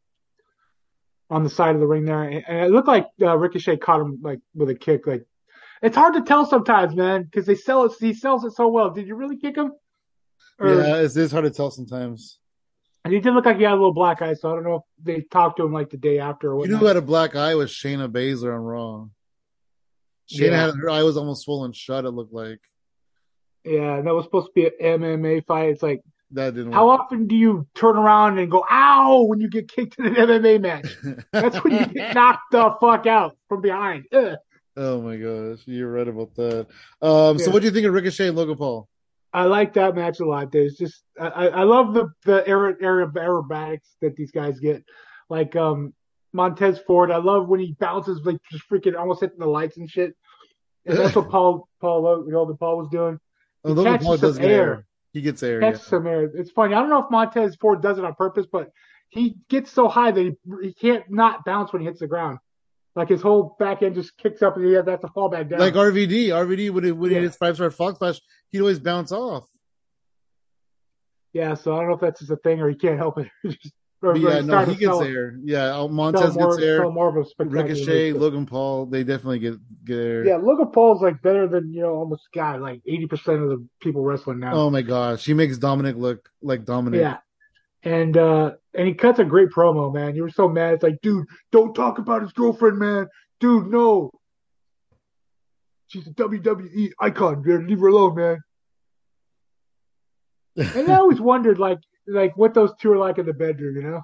[SPEAKER 1] on the side of the ring there, and and it looked like uh, Ricochet caught him like with a kick. Like it's hard to tell sometimes, man, because they sell it. He sells it so well. Did you really kick him? Or,
[SPEAKER 2] Yeah, it's, it's hard to tell sometimes.
[SPEAKER 1] And he did look like he had a little black eye, so I don't know if they talked to him like the day after or
[SPEAKER 2] You
[SPEAKER 1] what.
[SPEAKER 2] know who had a black eye was Shayna Baszler on Raw. Shayna
[SPEAKER 1] Yeah.
[SPEAKER 2] had her eye was almost swollen shut. It looked like
[SPEAKER 1] Yeah, that was supposed to be an MMA fight. It's like,
[SPEAKER 2] that didn't.
[SPEAKER 1] how
[SPEAKER 2] work.
[SPEAKER 1] often do you turn around and go "ow" when you get kicked in an MMA match? That's when you
[SPEAKER 2] *laughs*
[SPEAKER 1] get knocked the fuck out from behind. Ugh.
[SPEAKER 2] oh my gosh, you're right about that.
[SPEAKER 1] Yeah.
[SPEAKER 2] Um, so what do you think of Ricochet and Logan Paul?
[SPEAKER 1] I like that match a lot. There's just I, I I love the the aer- aer- aerobatics that these guys get. Like um Montez Ford, I love when he bounces like just freaking almost hitting the lights and shit. And that's what Paul Paul Logan Paul was doing.
[SPEAKER 2] Oh, Logan
[SPEAKER 1] catches
[SPEAKER 2] Paul does
[SPEAKER 1] some
[SPEAKER 2] get
[SPEAKER 1] air.
[SPEAKER 2] He gets air.
[SPEAKER 1] That's some air. It's funny. I don't know if Montez Ford does it on purpose, but he gets so high that he, he can't not bounce when he hits the ground. Like his whole back end just kicks up and he has to fall back
[SPEAKER 2] yeah.
[SPEAKER 1] down.
[SPEAKER 2] Like uh, RVD, RVD when he when he
[SPEAKER 1] Yeah.
[SPEAKER 2] did his five star Fox Flash, he'd always bounce off.
[SPEAKER 1] yeah, so I don't know if that's just a thing or he can't help it. *laughs* Just- or- or
[SPEAKER 2] But yeah,
[SPEAKER 1] he's
[SPEAKER 2] no,
[SPEAKER 1] starting
[SPEAKER 2] he
[SPEAKER 1] to
[SPEAKER 2] gets
[SPEAKER 1] sell-
[SPEAKER 2] air. Yeah, oh,
[SPEAKER 1] sell
[SPEAKER 2] Montez
[SPEAKER 1] more-
[SPEAKER 2] gets air.
[SPEAKER 1] sell more of a spectacular
[SPEAKER 2] Ricochet,
[SPEAKER 1] move.
[SPEAKER 2] Logan Paul, they definitely get get air.
[SPEAKER 1] Yeah, Logan Paul's like better than you know almost God like eighty percent of the people wrestling now.
[SPEAKER 2] Oh my gosh, he makes Dominic look like Dominic.
[SPEAKER 1] Yeah. And uh and he cuts a great promo, man. You were so mad. It's like, dude, don't talk about his girlfriend, man. Dude, no. She's a WWE icon, man. Leave her alone, man. And I always wondered like like what those two are like in the bedroom, you know?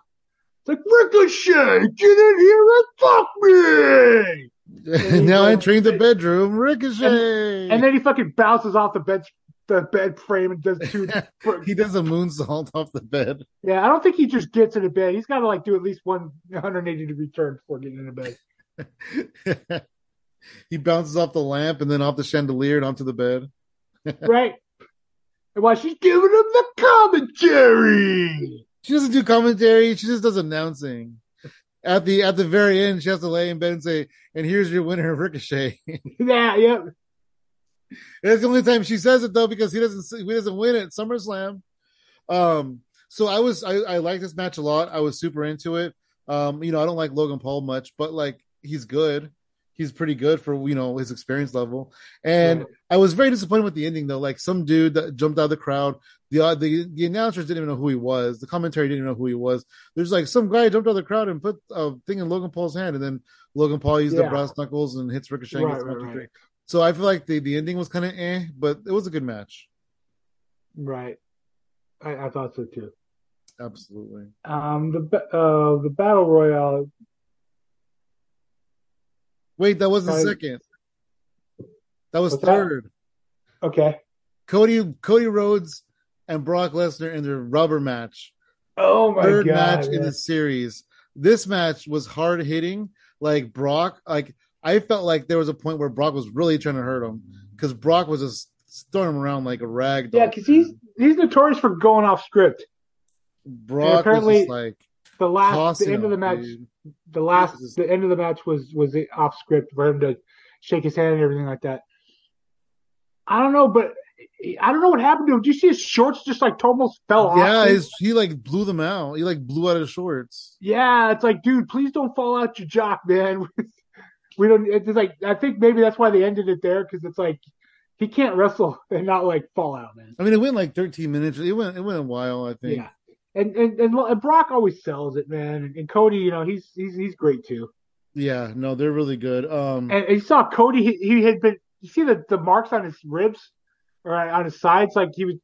[SPEAKER 1] It's like Ricochet, get in here and fuck me. you
[SPEAKER 2] *laughs* now
[SPEAKER 1] go.
[SPEAKER 2] entering the bedroom, Ricochet.
[SPEAKER 1] And then he fucking bounces off the bed the bed frame and does two
[SPEAKER 2] he does a moonsault off the bed. *laughs*
[SPEAKER 1] Yeah, I don't think he just gets into bed. He's gotta like do at least one 180 degree turn before getting into
[SPEAKER 2] *laughs*
[SPEAKER 1] bed.
[SPEAKER 2] he bounces off the lamp and then off the chandelier and onto the bed.
[SPEAKER 1] right? And while she's giving him the commentary,
[SPEAKER 2] She doesn't do commentary. She just does announcing. At the at the very end, she has to lay in bed and say, "And here's your winner, Ricochet."
[SPEAKER 1] yeah, yeah,
[SPEAKER 2] That's the only time she says it though, because he doesn't he doesn't win at SummerSlam. Um, so I was I, I like this match a lot. I was super into it. Um, you know, I don't like Logan Paul much, but like he's good. He's pretty good for you know his experience level. And
[SPEAKER 1] Right.
[SPEAKER 2] I was very disappointed with the ending though. Like some dude that jumped out of the crowd. The uh, the the announcers didn't even know who he was. The commentary didn't even know who he was. There's like some guy jumped out of the crowd and put a thing in Logan Paul's hand, and then Logan Paul used the
[SPEAKER 1] Yeah.
[SPEAKER 2] brass knuckles and hits Ricochet. and
[SPEAKER 1] Right,
[SPEAKER 2] gets the
[SPEAKER 1] right,
[SPEAKER 2] victory.
[SPEAKER 1] right.
[SPEAKER 2] So I feel like the, the ending was kind of eh, but it was a good match.
[SPEAKER 1] right. I, I thought so too.
[SPEAKER 2] Absolutely.
[SPEAKER 1] Um, the ba- uh, the battle royale.
[SPEAKER 2] Wait, that was the
[SPEAKER 1] Right.
[SPEAKER 2] second. That was
[SPEAKER 1] What's that?
[SPEAKER 2] third.
[SPEAKER 1] Okay.
[SPEAKER 2] Cody Cody Rhodes and Brock Lesnar in their rubber match.
[SPEAKER 1] Oh my
[SPEAKER 2] Third
[SPEAKER 1] god.
[SPEAKER 2] match in
[SPEAKER 1] man.
[SPEAKER 2] the series. This match was hard hitting. Like Brock, like I felt like there was a point where Brock was really trying to hurt him because Brock was just throwing him around like a rag doll.
[SPEAKER 1] yeah, because he's he's notorious for going off script.
[SPEAKER 2] Brock was
[SPEAKER 1] apparently
[SPEAKER 2] just like
[SPEAKER 1] The last,
[SPEAKER 2] tossing
[SPEAKER 1] the end of the
[SPEAKER 2] him,
[SPEAKER 1] match,
[SPEAKER 2] dude.
[SPEAKER 1] the last
[SPEAKER 2] Jesus.
[SPEAKER 1] the end of the match was was it off script for him to shake his hand and everything like that. I don't know, but I don't know what happened to him. Did you see his shorts just like almost fell
[SPEAKER 2] Yeah,
[SPEAKER 1] off?
[SPEAKER 2] his, he like blew them out. He like blew out his shorts.
[SPEAKER 1] yeah, it's like, dude, please don't fall out your jock, man. *laughs* we don't. It's just like I think maybe that's why they ended it there because it's like he can't wrestle *laughs* and not like fall out, man.
[SPEAKER 2] I mean, it went like 13 minutes. It went it went a while, I think.
[SPEAKER 1] Yeah. And, and and Lo- and Brock always sells it, man. And Cody, you know, he's he's he's great too.
[SPEAKER 2] Yeah, no, they're really good. Um,
[SPEAKER 1] And, and you saw Cody; he, he had been. You see the, the marks on his ribs or on his sides, like he was.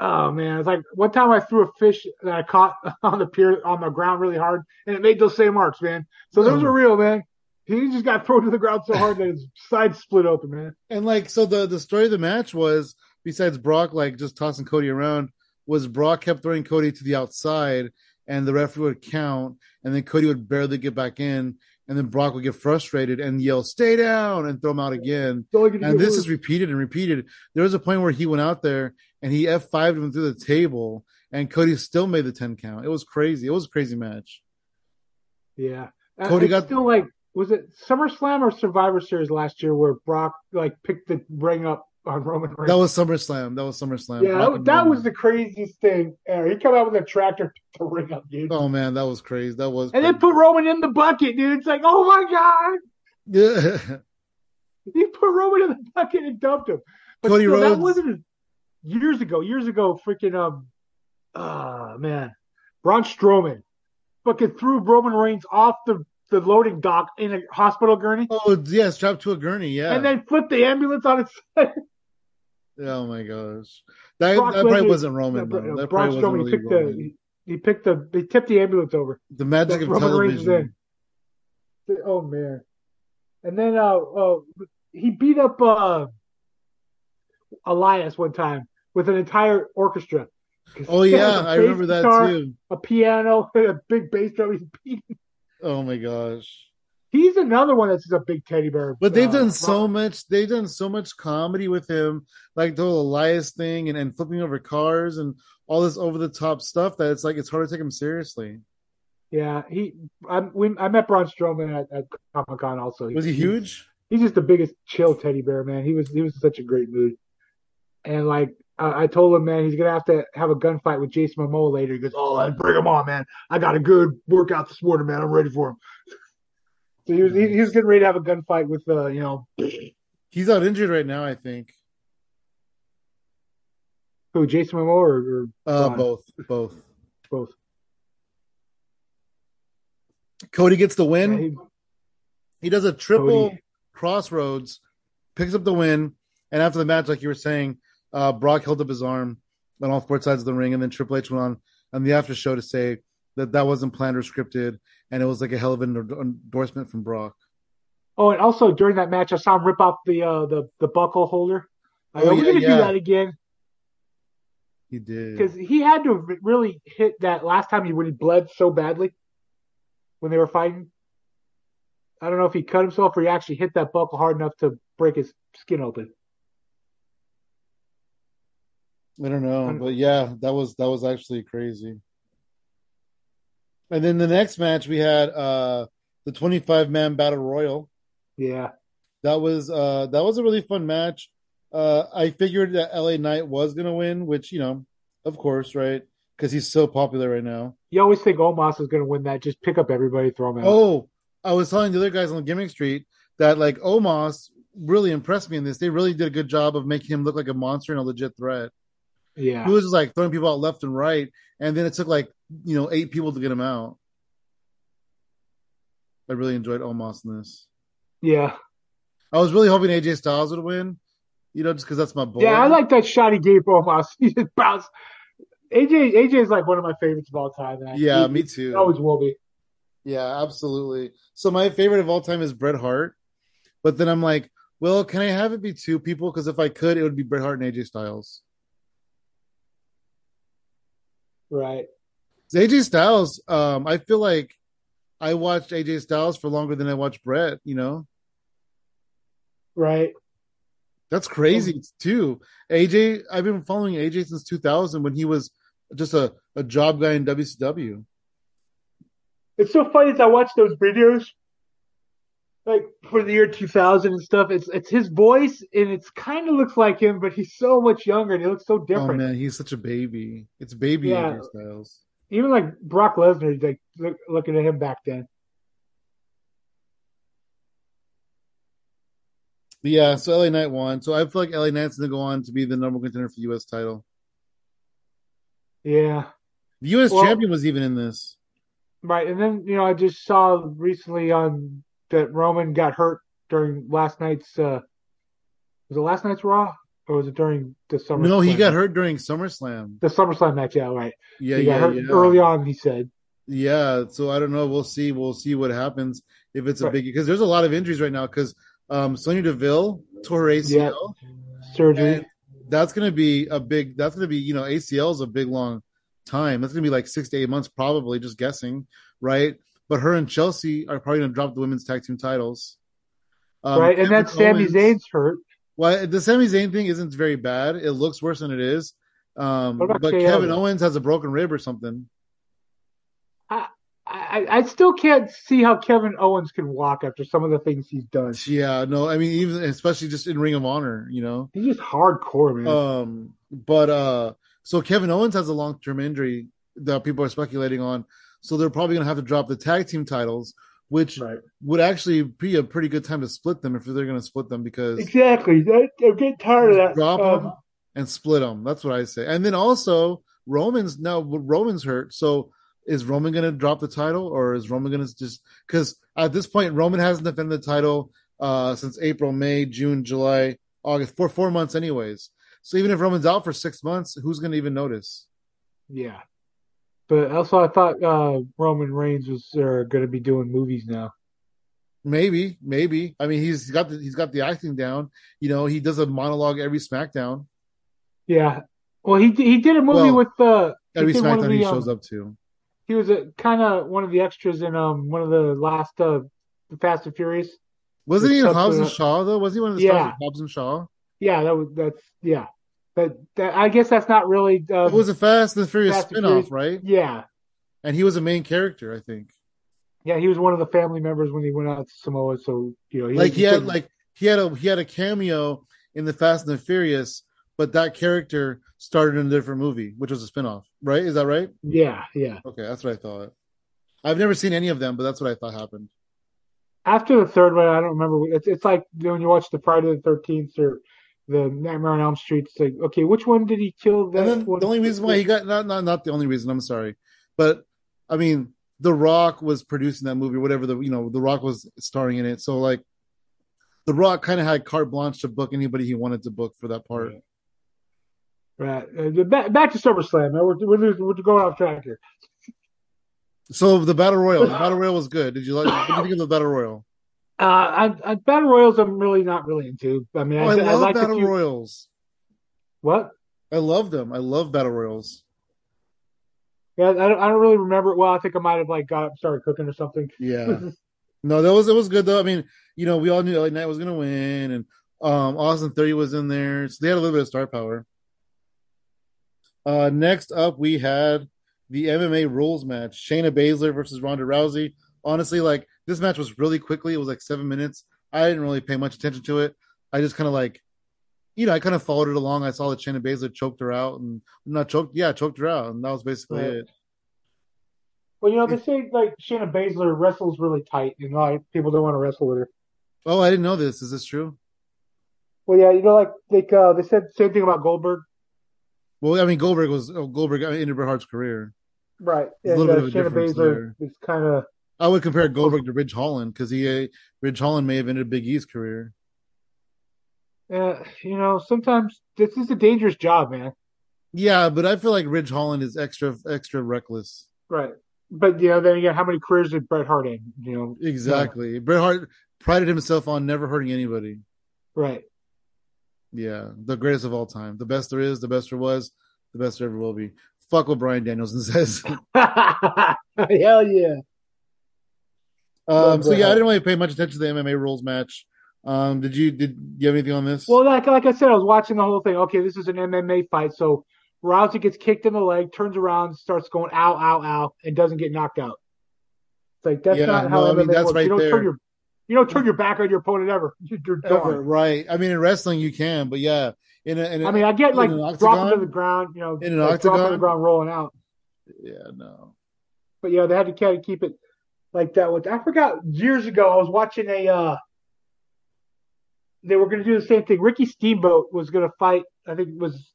[SPEAKER 1] Oh man, it's like one time I threw a fish that I caught *laughs* on the pier on the ground really hard, and it made those same marks, man. So those
[SPEAKER 2] Oh.
[SPEAKER 1] are real, man. He just got thrown to the ground so hard that his *laughs* side split open, man.
[SPEAKER 2] and like, so the the story of the match was besides Brock like just tossing Cody around, was Brock kept throwing Cody to the outside, and the referee would count, and then Cody would barely get back in, and then Brock would get frustrated and yell "Stay down" and throw him out again.
[SPEAKER 1] So like,
[SPEAKER 2] and this is repeated and repeated. There was a point where he went out there and he f fived him through the table, and Cody still made the ten count. It was crazy. It was a crazy match.
[SPEAKER 1] yeah. Uh,
[SPEAKER 2] Cody
[SPEAKER 1] it's
[SPEAKER 2] got-
[SPEAKER 1] still like was it SummerSlam or Survivor Series last year where Brock like picked the ring up on Roman Reigns?
[SPEAKER 2] That was SummerSlam. That was SummerSlam.
[SPEAKER 1] Yeah, that,
[SPEAKER 2] Rock
[SPEAKER 1] was-
[SPEAKER 2] and
[SPEAKER 1] that
[SPEAKER 2] roll.
[SPEAKER 1] was the craziest thing ever. He come out with a tractor *laughs* to ring up, dude.
[SPEAKER 2] Oh man, that was crazy. That was.
[SPEAKER 1] And then
[SPEAKER 2] *laughs*
[SPEAKER 1] put Roman in the bucket, dude. It's like, oh my god,
[SPEAKER 2] crazy.
[SPEAKER 1] he put Roman in the *laughs* bucket and dumped him. But
[SPEAKER 2] Cody
[SPEAKER 1] still,
[SPEAKER 2] Rhodes.
[SPEAKER 1] that wasn't years ago. Years ago, freaking um, ah man, Braun Strowman fucking threw Roman Reigns off the the loading dock in a hospital gurney,
[SPEAKER 2] oh yeah, strapped to a gurney. Yeah.
[SPEAKER 1] and then flipped the ambulance on its side.
[SPEAKER 2] oh my gosh, that,
[SPEAKER 1] Brock
[SPEAKER 2] that probably
[SPEAKER 1] Lesnar- *laughs*
[SPEAKER 2] wasn't Roman though. That
[SPEAKER 1] Braun
[SPEAKER 2] probably wasn't
[SPEAKER 1] Strowman he
[SPEAKER 2] really
[SPEAKER 1] picked the
[SPEAKER 2] Roman.
[SPEAKER 1] he, he picked the he tipped the ambulance over.
[SPEAKER 2] The magic
[SPEAKER 1] that
[SPEAKER 2] of
[SPEAKER 1] Roman Reigns
[SPEAKER 2] television.
[SPEAKER 1] did. Oh man. And then uh, uh he beat up uh Elias one time with an entire orchestra.
[SPEAKER 2] Oh
[SPEAKER 1] He had
[SPEAKER 2] yeah,
[SPEAKER 1] a
[SPEAKER 2] I
[SPEAKER 1] bass
[SPEAKER 2] remember that
[SPEAKER 1] guitar,
[SPEAKER 2] too.
[SPEAKER 1] A piano, *laughs* and a big bass drum. He's beat-
[SPEAKER 2] Oh my gosh.
[SPEAKER 1] He's another one that's just a big teddy bear.
[SPEAKER 2] But they've
[SPEAKER 1] uh,
[SPEAKER 2] done so much. They've done so much comedy with him, like the whole Elias thing, and, and flipping over cars, and all this over the top stuff. That it's like it's hard to take him seriously.
[SPEAKER 1] Yeah, he. I, we, I met Braun Strowman at, at Comic Con. Also,
[SPEAKER 2] Was he huge?
[SPEAKER 1] he's just the biggest chill teddy bear, man. He was he was in such a great mood, and like I, I told him, man, he's gonna have to have a gunfight with Jason Momoa later. He goes, oh, then bring him on, man. I got a good workout this morning, man. I'm ready for him. So he was he, he was getting ready to have a gunfight with uh you know
[SPEAKER 2] He's out injured right now, I think.
[SPEAKER 1] who Jason Momoa or, or
[SPEAKER 2] Uh,
[SPEAKER 1] Right.
[SPEAKER 2] both, both.
[SPEAKER 1] both.
[SPEAKER 2] Cody gets the win.
[SPEAKER 1] Yeah, he-
[SPEAKER 2] He does a triple
[SPEAKER 1] Cody.
[SPEAKER 2] crossroads, picks up the win, and after the match, like you were saying, uh, Brock held up his arm on all four sides of the ring, and then Triple H went on on the after show to say that that wasn't planned or scripted, and it was like a hell of an en- endorsement from Brock.
[SPEAKER 1] oh, and also during that match, I saw him rip off the uh the the buckle holder. Like,
[SPEAKER 2] Oh,
[SPEAKER 1] are we
[SPEAKER 2] yeah,
[SPEAKER 1] gonna
[SPEAKER 2] yeah.
[SPEAKER 1] do that again?
[SPEAKER 2] He did.
[SPEAKER 1] because he had to have really hit that last time he when he bled so badly when they were fighting. I don't know if he cut himself or he actually hit that buckle hard enough to break his skin open.
[SPEAKER 2] I don't know, but yeah, that was that was actually crazy. And then the next match we had uh the 25 man battle royal.
[SPEAKER 1] Yeah.
[SPEAKER 2] That was uh that was a really fun match. Uh I figured that LA Knight was going to win, which, you know, of course, right? Cuz he's so popular right now.
[SPEAKER 1] You always think Omos is going to win that. Just pick up everybody, throw them out.
[SPEAKER 2] Oh, I was telling the other guys on Gimmick Street that like Omos really impressed me in this. They really did a good job of making him look like a monster and a legit threat.
[SPEAKER 1] yeah.
[SPEAKER 2] He was just like throwing people out left and right, and then it took like you know eight people to get him out. I really enjoyed Omos in this.
[SPEAKER 1] yeah.
[SPEAKER 2] I was really hoping AJ Styles would win, you know, just because that's my boy.
[SPEAKER 1] Yeah, I like that shot he gave Omos. *laughs* He just bounced. AJ AJ is like one of my favorites of all time. and I-
[SPEAKER 2] Yeah,
[SPEAKER 1] he-
[SPEAKER 2] me
[SPEAKER 1] he
[SPEAKER 2] too.
[SPEAKER 1] Always will be.
[SPEAKER 2] Yeah, absolutely. So my favorite of all time is Bret Hart, but then I'm like, well, can I have it be two people? Because if I could, it would be Bret Hart and AJ Styles.
[SPEAKER 1] Right.
[SPEAKER 2] 'Cause AJ Styles, um, I feel like I watched AJ Styles for longer than I watched Bret. You know,
[SPEAKER 1] Right.
[SPEAKER 2] that's crazy too. AJ, I've been following AJ since 2000 when he was just a, a job guy in WCW.
[SPEAKER 1] It's so funny as I watch those videos, like for the year 2000 and stuff. It's it's his voice, and it's kind of looks like him, but he's so much younger, and he looks so
[SPEAKER 2] Oh
[SPEAKER 1] different.
[SPEAKER 2] man, he's such a baby. It's baby
[SPEAKER 1] Yeah.
[SPEAKER 2] AJ Styles.
[SPEAKER 1] Even like Brock Lesnar, like look, looking at him back then.
[SPEAKER 2] But yeah, so LA Knight won. So I feel like LA Knight's gonna go on to be the number one contender for the U.S. title.
[SPEAKER 1] Yeah.
[SPEAKER 2] The U.S.
[SPEAKER 1] Well-
[SPEAKER 2] champion was even in this.
[SPEAKER 1] Right. And then, you know, I just saw recently on that Roman got hurt during last night's uh was it last night's Raw or was it during the Summer
[SPEAKER 2] No, he got hurt during SummerSlam.
[SPEAKER 1] the SummerSlam match, yeah, right.
[SPEAKER 2] Yeah,
[SPEAKER 1] he got
[SPEAKER 2] yeah,
[SPEAKER 1] hurt
[SPEAKER 2] yeah.
[SPEAKER 1] early on, he said.
[SPEAKER 2] Yeah, so I don't know. We'll see. We'll see what happens if it's a
[SPEAKER 1] Right.
[SPEAKER 2] big because there's a lot of injuries right now. Because um, Sonya Deville tore her ACL.
[SPEAKER 1] Surgery.
[SPEAKER 2] And that's gonna be a big. That's gonna be you know ACL is a big long time. That's gonna be like six to eight months probably. Just guessing, right? But her and Chelsea are probably gonna drop the women's tag team titles. Um,
[SPEAKER 1] right. And
[SPEAKER 2] Kevin
[SPEAKER 1] then Sami
[SPEAKER 2] Owens-
[SPEAKER 1] Zayn's hurt.
[SPEAKER 2] Well, the Sami Zayn thing isn't very bad. It looks worse than it is. Um,
[SPEAKER 1] What about
[SPEAKER 2] but
[SPEAKER 1] KO?
[SPEAKER 2] Kevin Owens has a broken rib or something.
[SPEAKER 1] I, I I still can't see how Kevin Owens can walk after some of the things he's done.
[SPEAKER 2] Yeah, no, I mean even especially just in Ring of Honor, you know.
[SPEAKER 1] He's just hardcore, man.
[SPEAKER 2] Um, but uh, so Kevin Owens has a long term injury that people are speculating on, so they're probably gonna have to drop the tag team titles, which
[SPEAKER 1] right.
[SPEAKER 2] would actually be a pretty good time to split them if they're gonna split them because
[SPEAKER 1] Exactly. That, I'm getting tired of that.
[SPEAKER 2] drop
[SPEAKER 1] Um,
[SPEAKER 2] them and split them. That's what I say. And then also Roman's now Roman's hurt, so is Roman gonna drop the title or is Roman gonna just because at this point Roman hasn't defended the title uh since April, May, June, July, August for four months anyways. So even if Roman's out for six months, who's gonna even notice?
[SPEAKER 1] Yeah. But also, I thought uh, Roman Reigns was uh, going to be doing movies now.
[SPEAKER 2] Maybe, maybe. I mean, he's got the he's got the acting down. You know, he does a monologue every SmackDown.
[SPEAKER 1] Yeah. Well, he he did a movie
[SPEAKER 2] Well,
[SPEAKER 1] with uh
[SPEAKER 2] Every
[SPEAKER 1] did one of
[SPEAKER 2] SmackDown he
[SPEAKER 1] the, um,
[SPEAKER 2] shows up to.
[SPEAKER 1] he was a kind of one of the extras in um one of the last uh the Fast and Furious.
[SPEAKER 2] Wasn't he in
[SPEAKER 1] something
[SPEAKER 2] Hobbs and
[SPEAKER 1] that-
[SPEAKER 2] Shaw though? Wasn't he one of the stars
[SPEAKER 1] uh, Yeah.
[SPEAKER 2] of Hobbs and Shaw?
[SPEAKER 1] Yeah, that was that's yeah. But that, I guess that's not really uh
[SPEAKER 2] It was a Fast and the Furious
[SPEAKER 1] Fast and
[SPEAKER 2] spinoff,
[SPEAKER 1] Furious.
[SPEAKER 2] right?
[SPEAKER 1] yeah.
[SPEAKER 2] And he was a main character, I think.
[SPEAKER 1] Yeah, he was one of the family members when he went out to Samoa, so you know, he
[SPEAKER 2] Like he had
[SPEAKER 1] couldn't-
[SPEAKER 2] like he had a he had a cameo in the Fast and the Furious, but that character started in a different movie, which was a spinoff, right? Is that right?
[SPEAKER 1] yeah, yeah.
[SPEAKER 2] Okay, that's what I thought. I've never seen any of them, but that's what I thought happened.
[SPEAKER 1] After the third one, I don't remember. It's it's like when you watch the Friday the Thirteenth or the Nightmare on Elm Street. It's like, okay, which one did he kill? That
[SPEAKER 2] And then
[SPEAKER 1] one?
[SPEAKER 2] the only reason why he got not not not the only reason, I'm sorry. But I mean, The Rock was producing that movie, whatever the you know, The Rock was starring in it. So like The Rock kind of had carte blanche to book anybody he wanted to book for that part.
[SPEAKER 1] *laughs* Right. Uh, back, back to SummerSlam. man. We're, we're, we're going off track here.
[SPEAKER 2] So the battle royal, the battle royal was good. Did you like? What did you think of the battle royal?
[SPEAKER 1] Uh, I, I, battle royals, I'm really not really into. I mean,
[SPEAKER 2] Oh,
[SPEAKER 1] I,
[SPEAKER 2] I
[SPEAKER 1] I
[SPEAKER 2] love
[SPEAKER 1] like a
[SPEAKER 2] battle
[SPEAKER 1] few-
[SPEAKER 2] royals.
[SPEAKER 1] What?
[SPEAKER 2] I love them. I love battle royals.
[SPEAKER 1] Yeah, I don't, I don't really remember it well. I think I might have like got up, and started cooking or something.
[SPEAKER 2] Yeah. no, that was it was good though. I mean, you know, we all knew LA Knight was gonna win, and um, Austin Theory was in there, so they had a little bit of star power. Uh, next up, we had the MMA rules match: Shayna Baszler versus Ronda Rousey. Honestly, like this match was really quickly. It was like seven minutes. I didn't really pay much attention to it. I just kind of like, you know, I kind of followed it along. I saw that Shayna Baszler choked her out, and not choked, yeah, choked her out, and that was basically
[SPEAKER 1] Right.
[SPEAKER 2] it.
[SPEAKER 1] Well, you know,
[SPEAKER 2] *laughs*
[SPEAKER 1] they say like Shayna Baszler wrestles really tight, and like people don't want to wrestle with her.
[SPEAKER 2] Oh, I didn't know this. Is this true?
[SPEAKER 1] Well, yeah, you know, like like uh, they said same thing about Goldberg,
[SPEAKER 2] Well, I mean Goldberg was oh, Goldberg I mean, ended Bret Hart's career.
[SPEAKER 1] right?
[SPEAKER 2] There's a
[SPEAKER 1] And
[SPEAKER 2] little
[SPEAKER 1] uh,
[SPEAKER 2] bit of a
[SPEAKER 1] Shayna
[SPEAKER 2] difference
[SPEAKER 1] Baszler is kind of
[SPEAKER 2] I would compare Goldberg to Ridge Holland because he uh, Ridge Holland may have ended Big E's career.
[SPEAKER 1] Uh, you know, sometimes this is a dangerous job, man.
[SPEAKER 2] Yeah, but I feel like Ridge Holland is extra extra reckless.
[SPEAKER 1] Right. But you know, then again, how many careers did Bret Hart in? You know,
[SPEAKER 2] Exactly. Bret Hart prided himself on never hurting anybody.
[SPEAKER 1] right? *laughs*
[SPEAKER 2] Yeah, the greatest of all time, the best there is, the best there was, the best there ever will be. Fuck what Brian Danielson *laughs* says.
[SPEAKER 1] Hell yeah!
[SPEAKER 2] Um, so yeah, I didn't really pay much attention to the MMA rules match. Um, did you did you have anything on this?
[SPEAKER 1] Well, like like I said, I was watching the whole thing. Okay, this is an MMA fight, so Rousey gets kicked in the leg, turns around, starts going ow ow ow, and doesn't get knocked out. It's like that's
[SPEAKER 2] Yeah,
[SPEAKER 1] not how
[SPEAKER 2] no, I
[SPEAKER 1] MMA
[SPEAKER 2] mean, that's
[SPEAKER 1] works.
[SPEAKER 2] right
[SPEAKER 1] you don't
[SPEAKER 2] there.
[SPEAKER 1] turn your you don't turn your back on your opponent ever. *laughs* You're, you're
[SPEAKER 2] Ever,
[SPEAKER 1] gone.
[SPEAKER 2] right? I mean, in wrestling you can, but yeah, in a, in a,
[SPEAKER 1] I mean, I get
[SPEAKER 2] In
[SPEAKER 1] like
[SPEAKER 2] an
[SPEAKER 1] dropping
[SPEAKER 2] octagon?
[SPEAKER 1] to the ground, you know,
[SPEAKER 2] In an
[SPEAKER 1] like dropping to the
[SPEAKER 2] octagon?
[SPEAKER 1] ground, rolling out.
[SPEAKER 2] yeah, no.
[SPEAKER 1] but yeah, they had to kind of keep it like that. With I forgot years ago, I was watching a. uh They were going to do the same thing. Ricky Steamboat was going to fight. I think it was.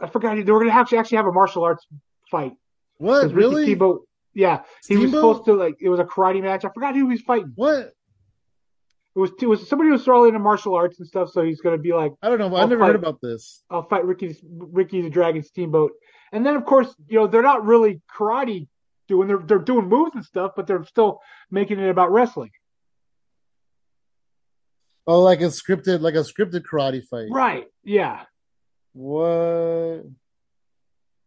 [SPEAKER 1] I forgot they were going to actually actually have a martial arts fight. 'Cause
[SPEAKER 2] What
[SPEAKER 1] Ricky
[SPEAKER 2] really?
[SPEAKER 1] Steamboat, yeah, he was
[SPEAKER 2] Steamboat?
[SPEAKER 1] supposed to like it was a karate match. I forgot who he was fighting.
[SPEAKER 2] What?
[SPEAKER 1] It was it was somebody who was all into martial arts and stuff. So he's going to be Oh, like,
[SPEAKER 2] I don't know. I
[SPEAKER 1] I'll
[SPEAKER 2] never
[SPEAKER 1] fight.
[SPEAKER 2] heard about this.
[SPEAKER 1] I'll fight Ricky Ricky the Dragon Steamboat. And then of course, you know, they're not really karate doing they're they're doing moves and stuff, but they're still making it about wrestling.
[SPEAKER 2] Oh, like a scripted, like a scripted karate fight.
[SPEAKER 1] Right. Yeah.
[SPEAKER 2] What?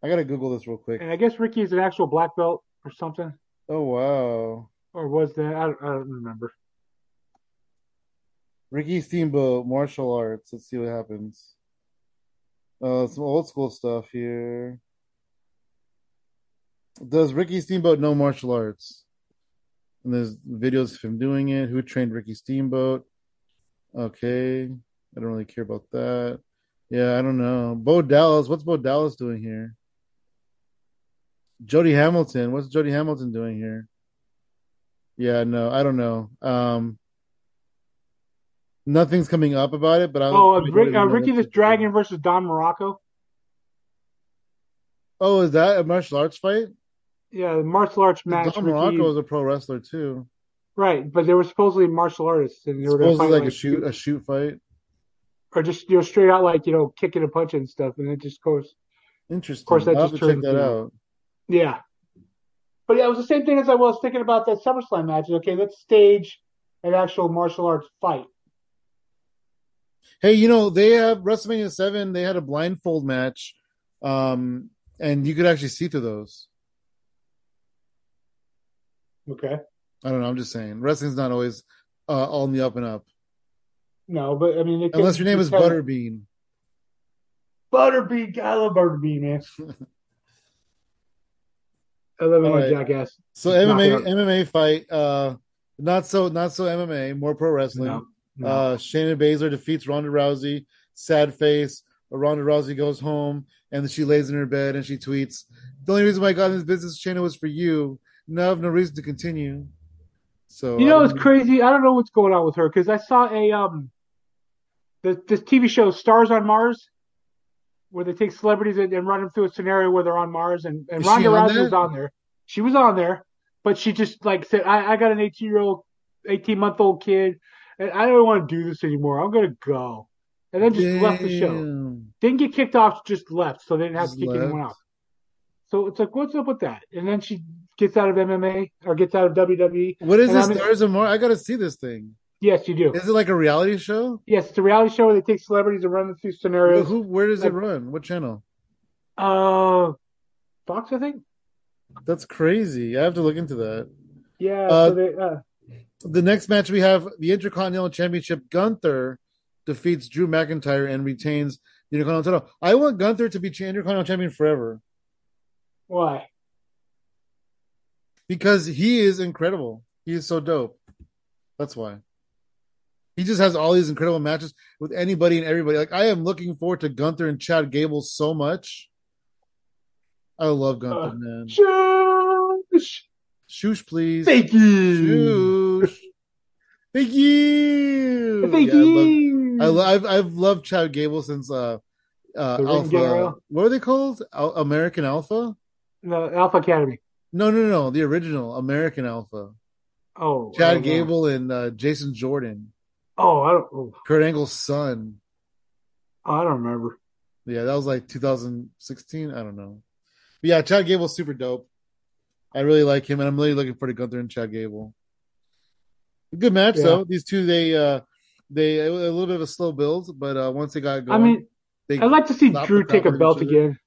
[SPEAKER 2] I gotta Google this real quick.
[SPEAKER 1] And I guess Ricky is an actual black belt or something.
[SPEAKER 2] Oh wow,
[SPEAKER 1] Or was that? I don't, I don't remember.
[SPEAKER 2] Ricky Steamboat martial arts. Let's see what happens. Uh, some old school stuff here. Does Ricky Steamboat know martial arts? And there's videos of him doing it. Who trained Ricky Steamboat? Okay, I don't really care about that. Yeah, I don't know. Bo Dallas, what's Bo Dallas doing here? Jody Hamilton, what's Jody Hamilton doing here? Yeah, no, I don't know. Um, nothing's coming up about it, but I
[SPEAKER 1] Oh, uh, Rick, uh, Ricky this Dragon versus Don Morocco.
[SPEAKER 2] Oh, is that a martial arts fight?
[SPEAKER 1] Yeah, the martial arts match.
[SPEAKER 2] Don
[SPEAKER 1] Ricky-
[SPEAKER 2] Morocco is a pro wrestler too.
[SPEAKER 1] right, but they were supposedly martial artists, and they were going to
[SPEAKER 2] Supposedly
[SPEAKER 1] fight
[SPEAKER 2] like a shoot a shoot fight.
[SPEAKER 1] or just you know straight out like you know kicking and punching and stuff, and it just goes
[SPEAKER 2] Interesting.
[SPEAKER 1] course, that
[SPEAKER 2] I'll have to
[SPEAKER 1] just
[SPEAKER 2] check
[SPEAKER 1] turns
[SPEAKER 2] that
[SPEAKER 1] into-
[SPEAKER 2] out.
[SPEAKER 1] Yeah. But yeah, it was the same thing as I was thinking about that SummerSlam match. Okay, let's stage an actual martial arts fight.
[SPEAKER 2] Hey, you know, they have WrestleMania seven, they had a blindfold match. Um and you could actually see through those.
[SPEAKER 1] Okay.
[SPEAKER 2] I don't know, I'm just saying. Wrestling's not always uh all in the up and up.
[SPEAKER 1] No, but I mean, it
[SPEAKER 2] Unless
[SPEAKER 1] can-
[SPEAKER 2] your name is
[SPEAKER 1] it can-
[SPEAKER 2] Butterbean.
[SPEAKER 1] Butterbean. God, I love Butterbean,
[SPEAKER 2] *laughs*
[SPEAKER 1] man. I love him
[SPEAKER 2] All
[SPEAKER 1] like
[SPEAKER 2] right.
[SPEAKER 1] jackass.
[SPEAKER 2] So
[SPEAKER 1] Knock it
[SPEAKER 2] MMA
[SPEAKER 1] out.
[SPEAKER 2] MMA fight, uh not so not so MMA, more pro wrestling.
[SPEAKER 1] No, no.
[SPEAKER 2] Uh, Shannon Baszler defeats Ronda Rousey. Sad face. Ronda Rousey goes home and she lays in her bed and she tweets, "The only reason why I got in this business, Shannon, was for you. Now I have no reason to continue." So um,
[SPEAKER 1] you know
[SPEAKER 2] I
[SPEAKER 1] what's
[SPEAKER 2] don't-
[SPEAKER 1] crazy? I don't know what's going on with her because I saw a um, the, this TV show Stars on Mars, where they take celebrities and, and run them through a scenario where they're on Mars, and, and
[SPEAKER 2] Is she
[SPEAKER 1] Ronda
[SPEAKER 2] on
[SPEAKER 1] Rousey
[SPEAKER 2] there?
[SPEAKER 1] was on there. She was on there, but she just like said, "I, I got an eighteen year old, eighteen month old kid, and I don't want to do this anymore. I'm gonna go," and then just left the show.
[SPEAKER 2] Damn.
[SPEAKER 1] Didn't get kicked off, just left, so they didn't have
[SPEAKER 2] Just
[SPEAKER 1] to kick anyone
[SPEAKER 2] left.
[SPEAKER 1] off. So it's like, what's up with that? And then she gets out of MMA or gets out of WWE.
[SPEAKER 2] What is
[SPEAKER 1] And
[SPEAKER 2] this?
[SPEAKER 1] I'm-
[SPEAKER 2] Stars and more? I gotta see this thing.
[SPEAKER 1] Yes, you do.
[SPEAKER 2] Is it like a reality show?
[SPEAKER 1] Yes, it's a reality show where they take celebrities and run them through
[SPEAKER 2] Who?
[SPEAKER 1] scenarios.
[SPEAKER 2] who- Where does it
[SPEAKER 1] Like-
[SPEAKER 2] run? What channel?
[SPEAKER 1] Uh, Fox, I think.
[SPEAKER 2] That's crazy. I have to look into that.
[SPEAKER 1] Yeah.
[SPEAKER 2] Uh,
[SPEAKER 1] so they, uh,
[SPEAKER 2] The next match we have the Intercontinental Championship, Gunther defeats Drew McIntyre and retains the Intercontinental title. I want Gunther to be ch- Intercontinental champion forever
[SPEAKER 1] Why?
[SPEAKER 2] because he is incredible. He is so dope. That's why. He just has all these incredible matches with anybody and everybody. Like I am looking forward to Gunther and Chad Gable so much. I love Gunther,
[SPEAKER 1] Uh,
[SPEAKER 2] man.
[SPEAKER 1] Shush.
[SPEAKER 2] Shoosh, please.
[SPEAKER 1] Thank you.
[SPEAKER 2] Shoosh. Thank you.
[SPEAKER 1] Thank
[SPEAKER 2] Yeah, I love-
[SPEAKER 1] you.
[SPEAKER 2] I lo- I've I've loved Chad Gable since uh, uh
[SPEAKER 1] The Ring
[SPEAKER 2] Alpha.
[SPEAKER 1] General?
[SPEAKER 2] What are they called? Al- American Alpha?
[SPEAKER 1] the Alpha Academy.
[SPEAKER 2] No, no, no, the original American Alpha.
[SPEAKER 1] Oh, I
[SPEAKER 2] Chad
[SPEAKER 1] don't know.
[SPEAKER 2] Gable and uh, Jason Jordan,
[SPEAKER 1] Oh, I don't. Oh,
[SPEAKER 2] Kurt Angle's son.
[SPEAKER 1] I don't remember.
[SPEAKER 2] Yeah, that was like 2016. I don't know. But yeah, Chad Gable's super dope. I really like him, and I'm really looking forward to Gunther and Chad Gable. Good match
[SPEAKER 1] Yeah.
[SPEAKER 2] though. These two, they uh, they it was a little bit of a slow build, but uh, once they got
[SPEAKER 1] I
[SPEAKER 2] going,
[SPEAKER 1] mean,
[SPEAKER 2] they
[SPEAKER 1] I'd like to see
[SPEAKER 2] Stop
[SPEAKER 1] Drew
[SPEAKER 2] the
[SPEAKER 1] take a
[SPEAKER 2] crowd
[SPEAKER 1] belt
[SPEAKER 2] with each other.
[SPEAKER 1] again.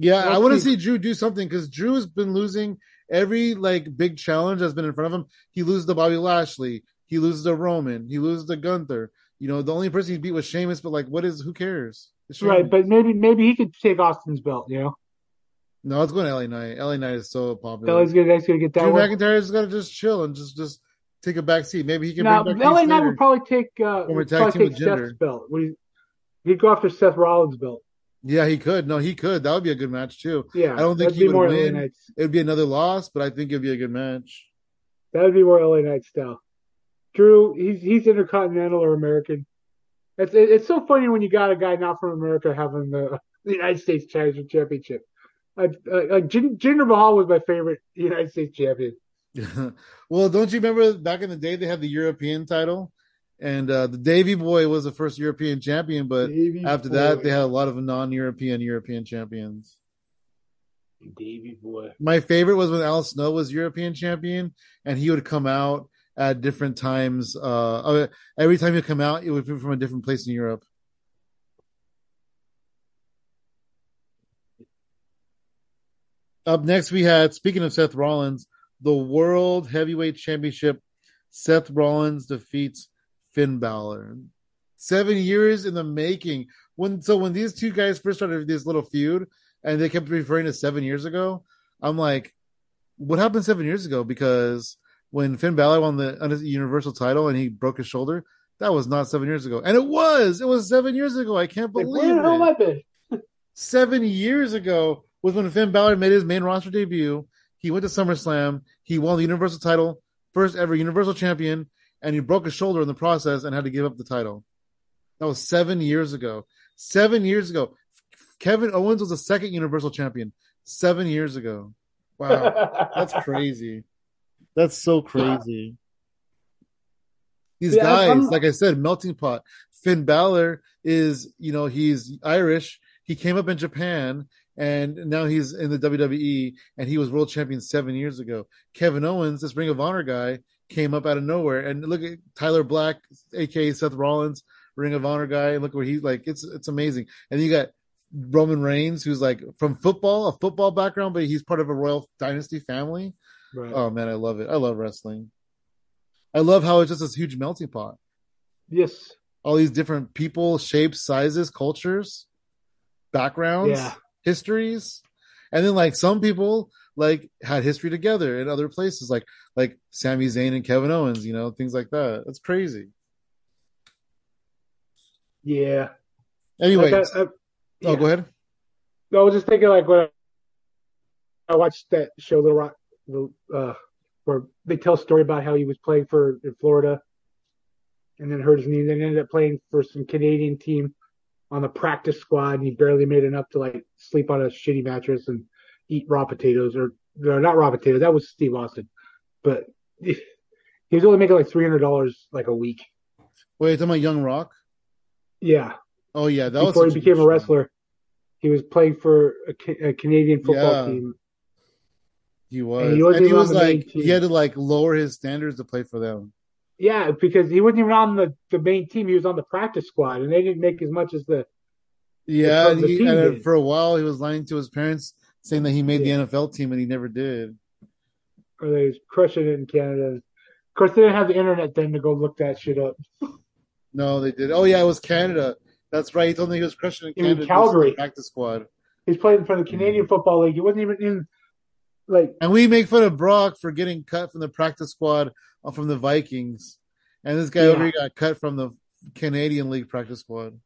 [SPEAKER 2] Yeah, I
[SPEAKER 1] Let's
[SPEAKER 2] want to
[SPEAKER 1] see.
[SPEAKER 2] see Drew do something because Drew has been losing every like big challenge that's been in front of him. He loses to Bobby Lashley, he loses to Roman, he loses to Gunther. You know, the only person he beat was Sheamus, but like, what is? Who cares? It's
[SPEAKER 1] Right,
[SPEAKER 2] Sheamus.
[SPEAKER 1] but maybe maybe he could take Austin's belt. You know,
[SPEAKER 2] no, it's going to LA Knight. LA Knight is so
[SPEAKER 1] yeah.
[SPEAKER 2] popular.
[SPEAKER 1] LA's gonna that's gonna get that
[SPEAKER 2] Drew
[SPEAKER 1] one.
[SPEAKER 2] McIntyre's got to just chill and just just take a back seat. Maybe he can
[SPEAKER 1] Now,
[SPEAKER 2] bring back
[SPEAKER 1] LA
[SPEAKER 2] Heath
[SPEAKER 1] Knight
[SPEAKER 2] Slater.
[SPEAKER 1] would probably take uh,
[SPEAKER 2] Former
[SPEAKER 1] would
[SPEAKER 2] tag
[SPEAKER 1] probably
[SPEAKER 2] team with
[SPEAKER 1] take
[SPEAKER 2] gender.
[SPEAKER 1] Seth's belt. Would he, he'd go after Seth Rollins' belt.
[SPEAKER 2] Yeah, he could. No, he could. That would be a good match too.
[SPEAKER 1] Yeah,
[SPEAKER 2] I don't think
[SPEAKER 1] that'd
[SPEAKER 2] he
[SPEAKER 1] be
[SPEAKER 2] would
[SPEAKER 1] more
[SPEAKER 2] win.
[SPEAKER 1] LA Knight's.
[SPEAKER 2] It would be another loss, but I think it'd be a good match.
[SPEAKER 1] That would be more LA Knight style. Drew, he's he's intercontinental or American. It's it- it's so funny when you got a guy not from America having the, *laughs* the United States Championship Championship. Like uh, like Jin- Jinder Mahal was my favorite *laughs* United States champion.
[SPEAKER 2] *laughs* well, don't you remember back in the day they had the European title, and uh, the Davy Boy was the first European champion. But
[SPEAKER 1] Davey
[SPEAKER 2] after
[SPEAKER 1] Boy.
[SPEAKER 2] that, they had a lot of non-European European champions.
[SPEAKER 1] Davey boy.
[SPEAKER 2] My favorite was when Al Snow was European champion, and he would come out at different times. Uh, uh, every time he would come out, it would be from a different place in Europe. Up next, we had speaking of Seth Rollins, the World Heavyweight Championship. Seth Rollins defeats Finn Balor. Seven years in the making. When so when these two guys first started this little feud, and they kept referring to seven years ago, I'm like, what happened seven years ago? Because when Finn Balor won the un- Universal title and he broke his shoulder, that was not seven years ago. And it was. It was seven years ago. I can't
[SPEAKER 1] Like,
[SPEAKER 2] believe
[SPEAKER 1] where the
[SPEAKER 2] it
[SPEAKER 1] hell have I been?
[SPEAKER 2] seven years ago was when Finn Balor made his main roster debut. He went to SummerSlam. He won the Universal title, first ever Universal champion, and he broke his shoulder in the process and had to give up the title. That was seven years ago. Seven years ago. Kevin Owens was the second Universal champion seven years ago.
[SPEAKER 1] *laughs*
[SPEAKER 2] Wow. That's crazy. That's so crazy. These
[SPEAKER 1] Yeah,
[SPEAKER 2] guys,
[SPEAKER 1] I'm-
[SPEAKER 2] like I said, melting pot. Finn Balor is, you know, he's Irish. He came up in Japan and now he's in the WWE and he was world champion seven years ago. Kevin Owens, this Ring of Honor guy, came up out of nowhere. And look at Tyler Black, aka Seth Rollins, Ring of Honor guy. Look where he like it's it's amazing. And you got Roman Reigns, who's like from football, a football background, but he's part of a royal dynasty family.
[SPEAKER 1] Right.
[SPEAKER 2] Oh man, I love it. I love wrestling. I love how it's just this huge melting pot.
[SPEAKER 1] yes.
[SPEAKER 2] All these different people, shapes, sizes, cultures, backgrounds,
[SPEAKER 1] Yeah.
[SPEAKER 2] histories. And then like some people like had history together in other places, like like Sami Zayn and Kevin Owens, you know, things like that. That's crazy.
[SPEAKER 1] Yeah.
[SPEAKER 2] Anyway,
[SPEAKER 1] Like, I, I,
[SPEAKER 2] oh
[SPEAKER 1] yeah.
[SPEAKER 2] go ahead.
[SPEAKER 1] No, I was just thinking like when I watched that show Little Rock, the uh, where they tell a story about how he was playing for in Florida, and then hurt his knee, and then ended up playing for some Canadian team on the practice squad, and he barely made enough to like sleep on a shitty mattress and eat raw potatoes, or no, not raw potatoes. That was Steve Austin, but *laughs* he was only making like three hundred dollars like a week.
[SPEAKER 2] Wait, talking about Young Rock?
[SPEAKER 1] Yeah,
[SPEAKER 2] Oh yeah, that was
[SPEAKER 1] before he
[SPEAKER 2] such a
[SPEAKER 1] became
[SPEAKER 2] good
[SPEAKER 1] a
[SPEAKER 2] show.
[SPEAKER 1] wrestler, he was playing for a, Ca- a Canadian football
[SPEAKER 2] Yeah.
[SPEAKER 1] team.
[SPEAKER 2] He was.
[SPEAKER 1] And he wasn't
[SPEAKER 2] and he
[SPEAKER 1] even on
[SPEAKER 2] was
[SPEAKER 1] the main
[SPEAKER 2] like
[SPEAKER 1] team.
[SPEAKER 2] he had to like lower his standards to play for them.
[SPEAKER 1] Yeah, because he wasn't even on the, the main team. He was on the practice squad, and they didn't make as much as the.
[SPEAKER 2] Yeah,
[SPEAKER 1] from
[SPEAKER 2] and,
[SPEAKER 1] the
[SPEAKER 2] he-
[SPEAKER 1] team
[SPEAKER 2] and
[SPEAKER 1] did.
[SPEAKER 2] for a while he was lying to his parents, saying that he made
[SPEAKER 1] Yeah.
[SPEAKER 2] the NFL team, and he never did.
[SPEAKER 1] Or they was crushing it in Canada. Of course, they didn't have the internet then to go look that shit up.
[SPEAKER 2] No, they did. Oh yeah, it was Canada. That's right. He told me he was crushing in
[SPEAKER 1] In
[SPEAKER 2] Canada.
[SPEAKER 1] Calgary.
[SPEAKER 2] practice squad.
[SPEAKER 1] He's playing for the
[SPEAKER 2] Mm-hmm.
[SPEAKER 1] Canadian Football League. He wasn't even in, like,
[SPEAKER 2] And we make fun of Brock for getting cut from the practice squad uh, from the Vikings. And this guy
[SPEAKER 1] Yeah.
[SPEAKER 2] over here got cut from the Canadian League practice squad.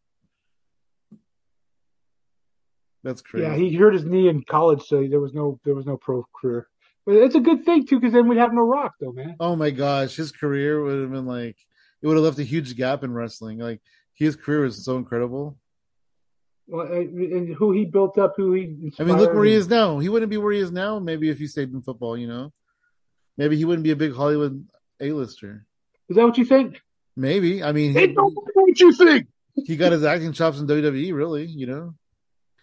[SPEAKER 2] That's crazy.
[SPEAKER 1] yeah, he hurt his knee in college, so there was no there was no pro career. But it's a good thing too, because then we'd have no Rock, though, man.
[SPEAKER 2] oh my gosh, his career would have been like it would have left a huge gap in wrestling. Like his career is so incredible.
[SPEAKER 1] Well, I- and who he built up, who he
[SPEAKER 2] I
[SPEAKER 1] inspired.
[SPEAKER 2] mean, look where he is now. He wouldn't be where he is now. Maybe if he stayed in football, you know, maybe he wouldn't be a big Hollywood A-lister.
[SPEAKER 1] Is that what you think?
[SPEAKER 2] Maybe. I mean,
[SPEAKER 1] It
[SPEAKER 2] he,
[SPEAKER 1] don't matter what you think.
[SPEAKER 2] he got his acting chops in WWE. Really, you know,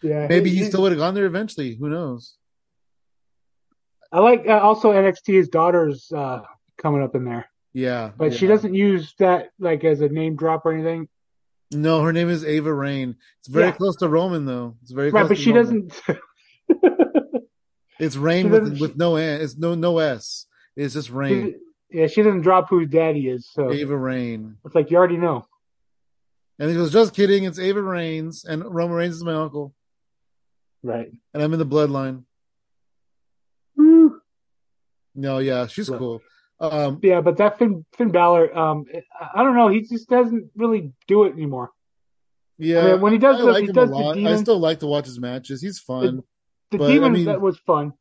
[SPEAKER 1] Yeah,
[SPEAKER 2] maybe he still would have gone there eventually. Who knows?
[SPEAKER 1] I like uh, also NXT's daughter's uh, coming up in there,
[SPEAKER 2] Yeah,
[SPEAKER 1] but she
[SPEAKER 2] yeah.
[SPEAKER 1] doesn't use that like as a name drop or anything.
[SPEAKER 2] No, her name is Ava Rain. It's very
[SPEAKER 1] Yeah.
[SPEAKER 2] close to Roman though. It's very
[SPEAKER 1] Right,
[SPEAKER 2] close
[SPEAKER 1] but
[SPEAKER 2] to
[SPEAKER 1] she
[SPEAKER 2] Roman.
[SPEAKER 1] doesn't.
[SPEAKER 2] It's Rain
[SPEAKER 1] she
[SPEAKER 2] with,
[SPEAKER 1] doesn't-
[SPEAKER 2] with no N. It's no no S. It's just Rain.
[SPEAKER 1] she, *laughs* yeah, she doesn't drop who daddy is. So
[SPEAKER 2] Ava Rain.
[SPEAKER 1] it's like you already know.
[SPEAKER 2] And he goes, just kidding. It's Ava Reigns, and Roman Reigns is my uncle,
[SPEAKER 1] Right.
[SPEAKER 2] and I'm in the bloodline.
[SPEAKER 1] Woo.
[SPEAKER 2] No, yeah, she's
[SPEAKER 1] Right.
[SPEAKER 2] cool. Um,
[SPEAKER 1] Yeah, but that Finn Finn Balor, um, I- I don't know. He just doesn't really do it anymore.
[SPEAKER 2] yeah,
[SPEAKER 1] I mean, when he does
[SPEAKER 2] I
[SPEAKER 1] the-
[SPEAKER 2] like
[SPEAKER 1] he
[SPEAKER 2] him
[SPEAKER 1] does
[SPEAKER 2] a
[SPEAKER 1] the
[SPEAKER 2] lot. I
[SPEAKER 1] demon-
[SPEAKER 2] still like to watch his matches. He's fun.
[SPEAKER 1] The
[SPEAKER 2] But, I
[SPEAKER 1] demon
[SPEAKER 2] mean-
[SPEAKER 1] that was fun.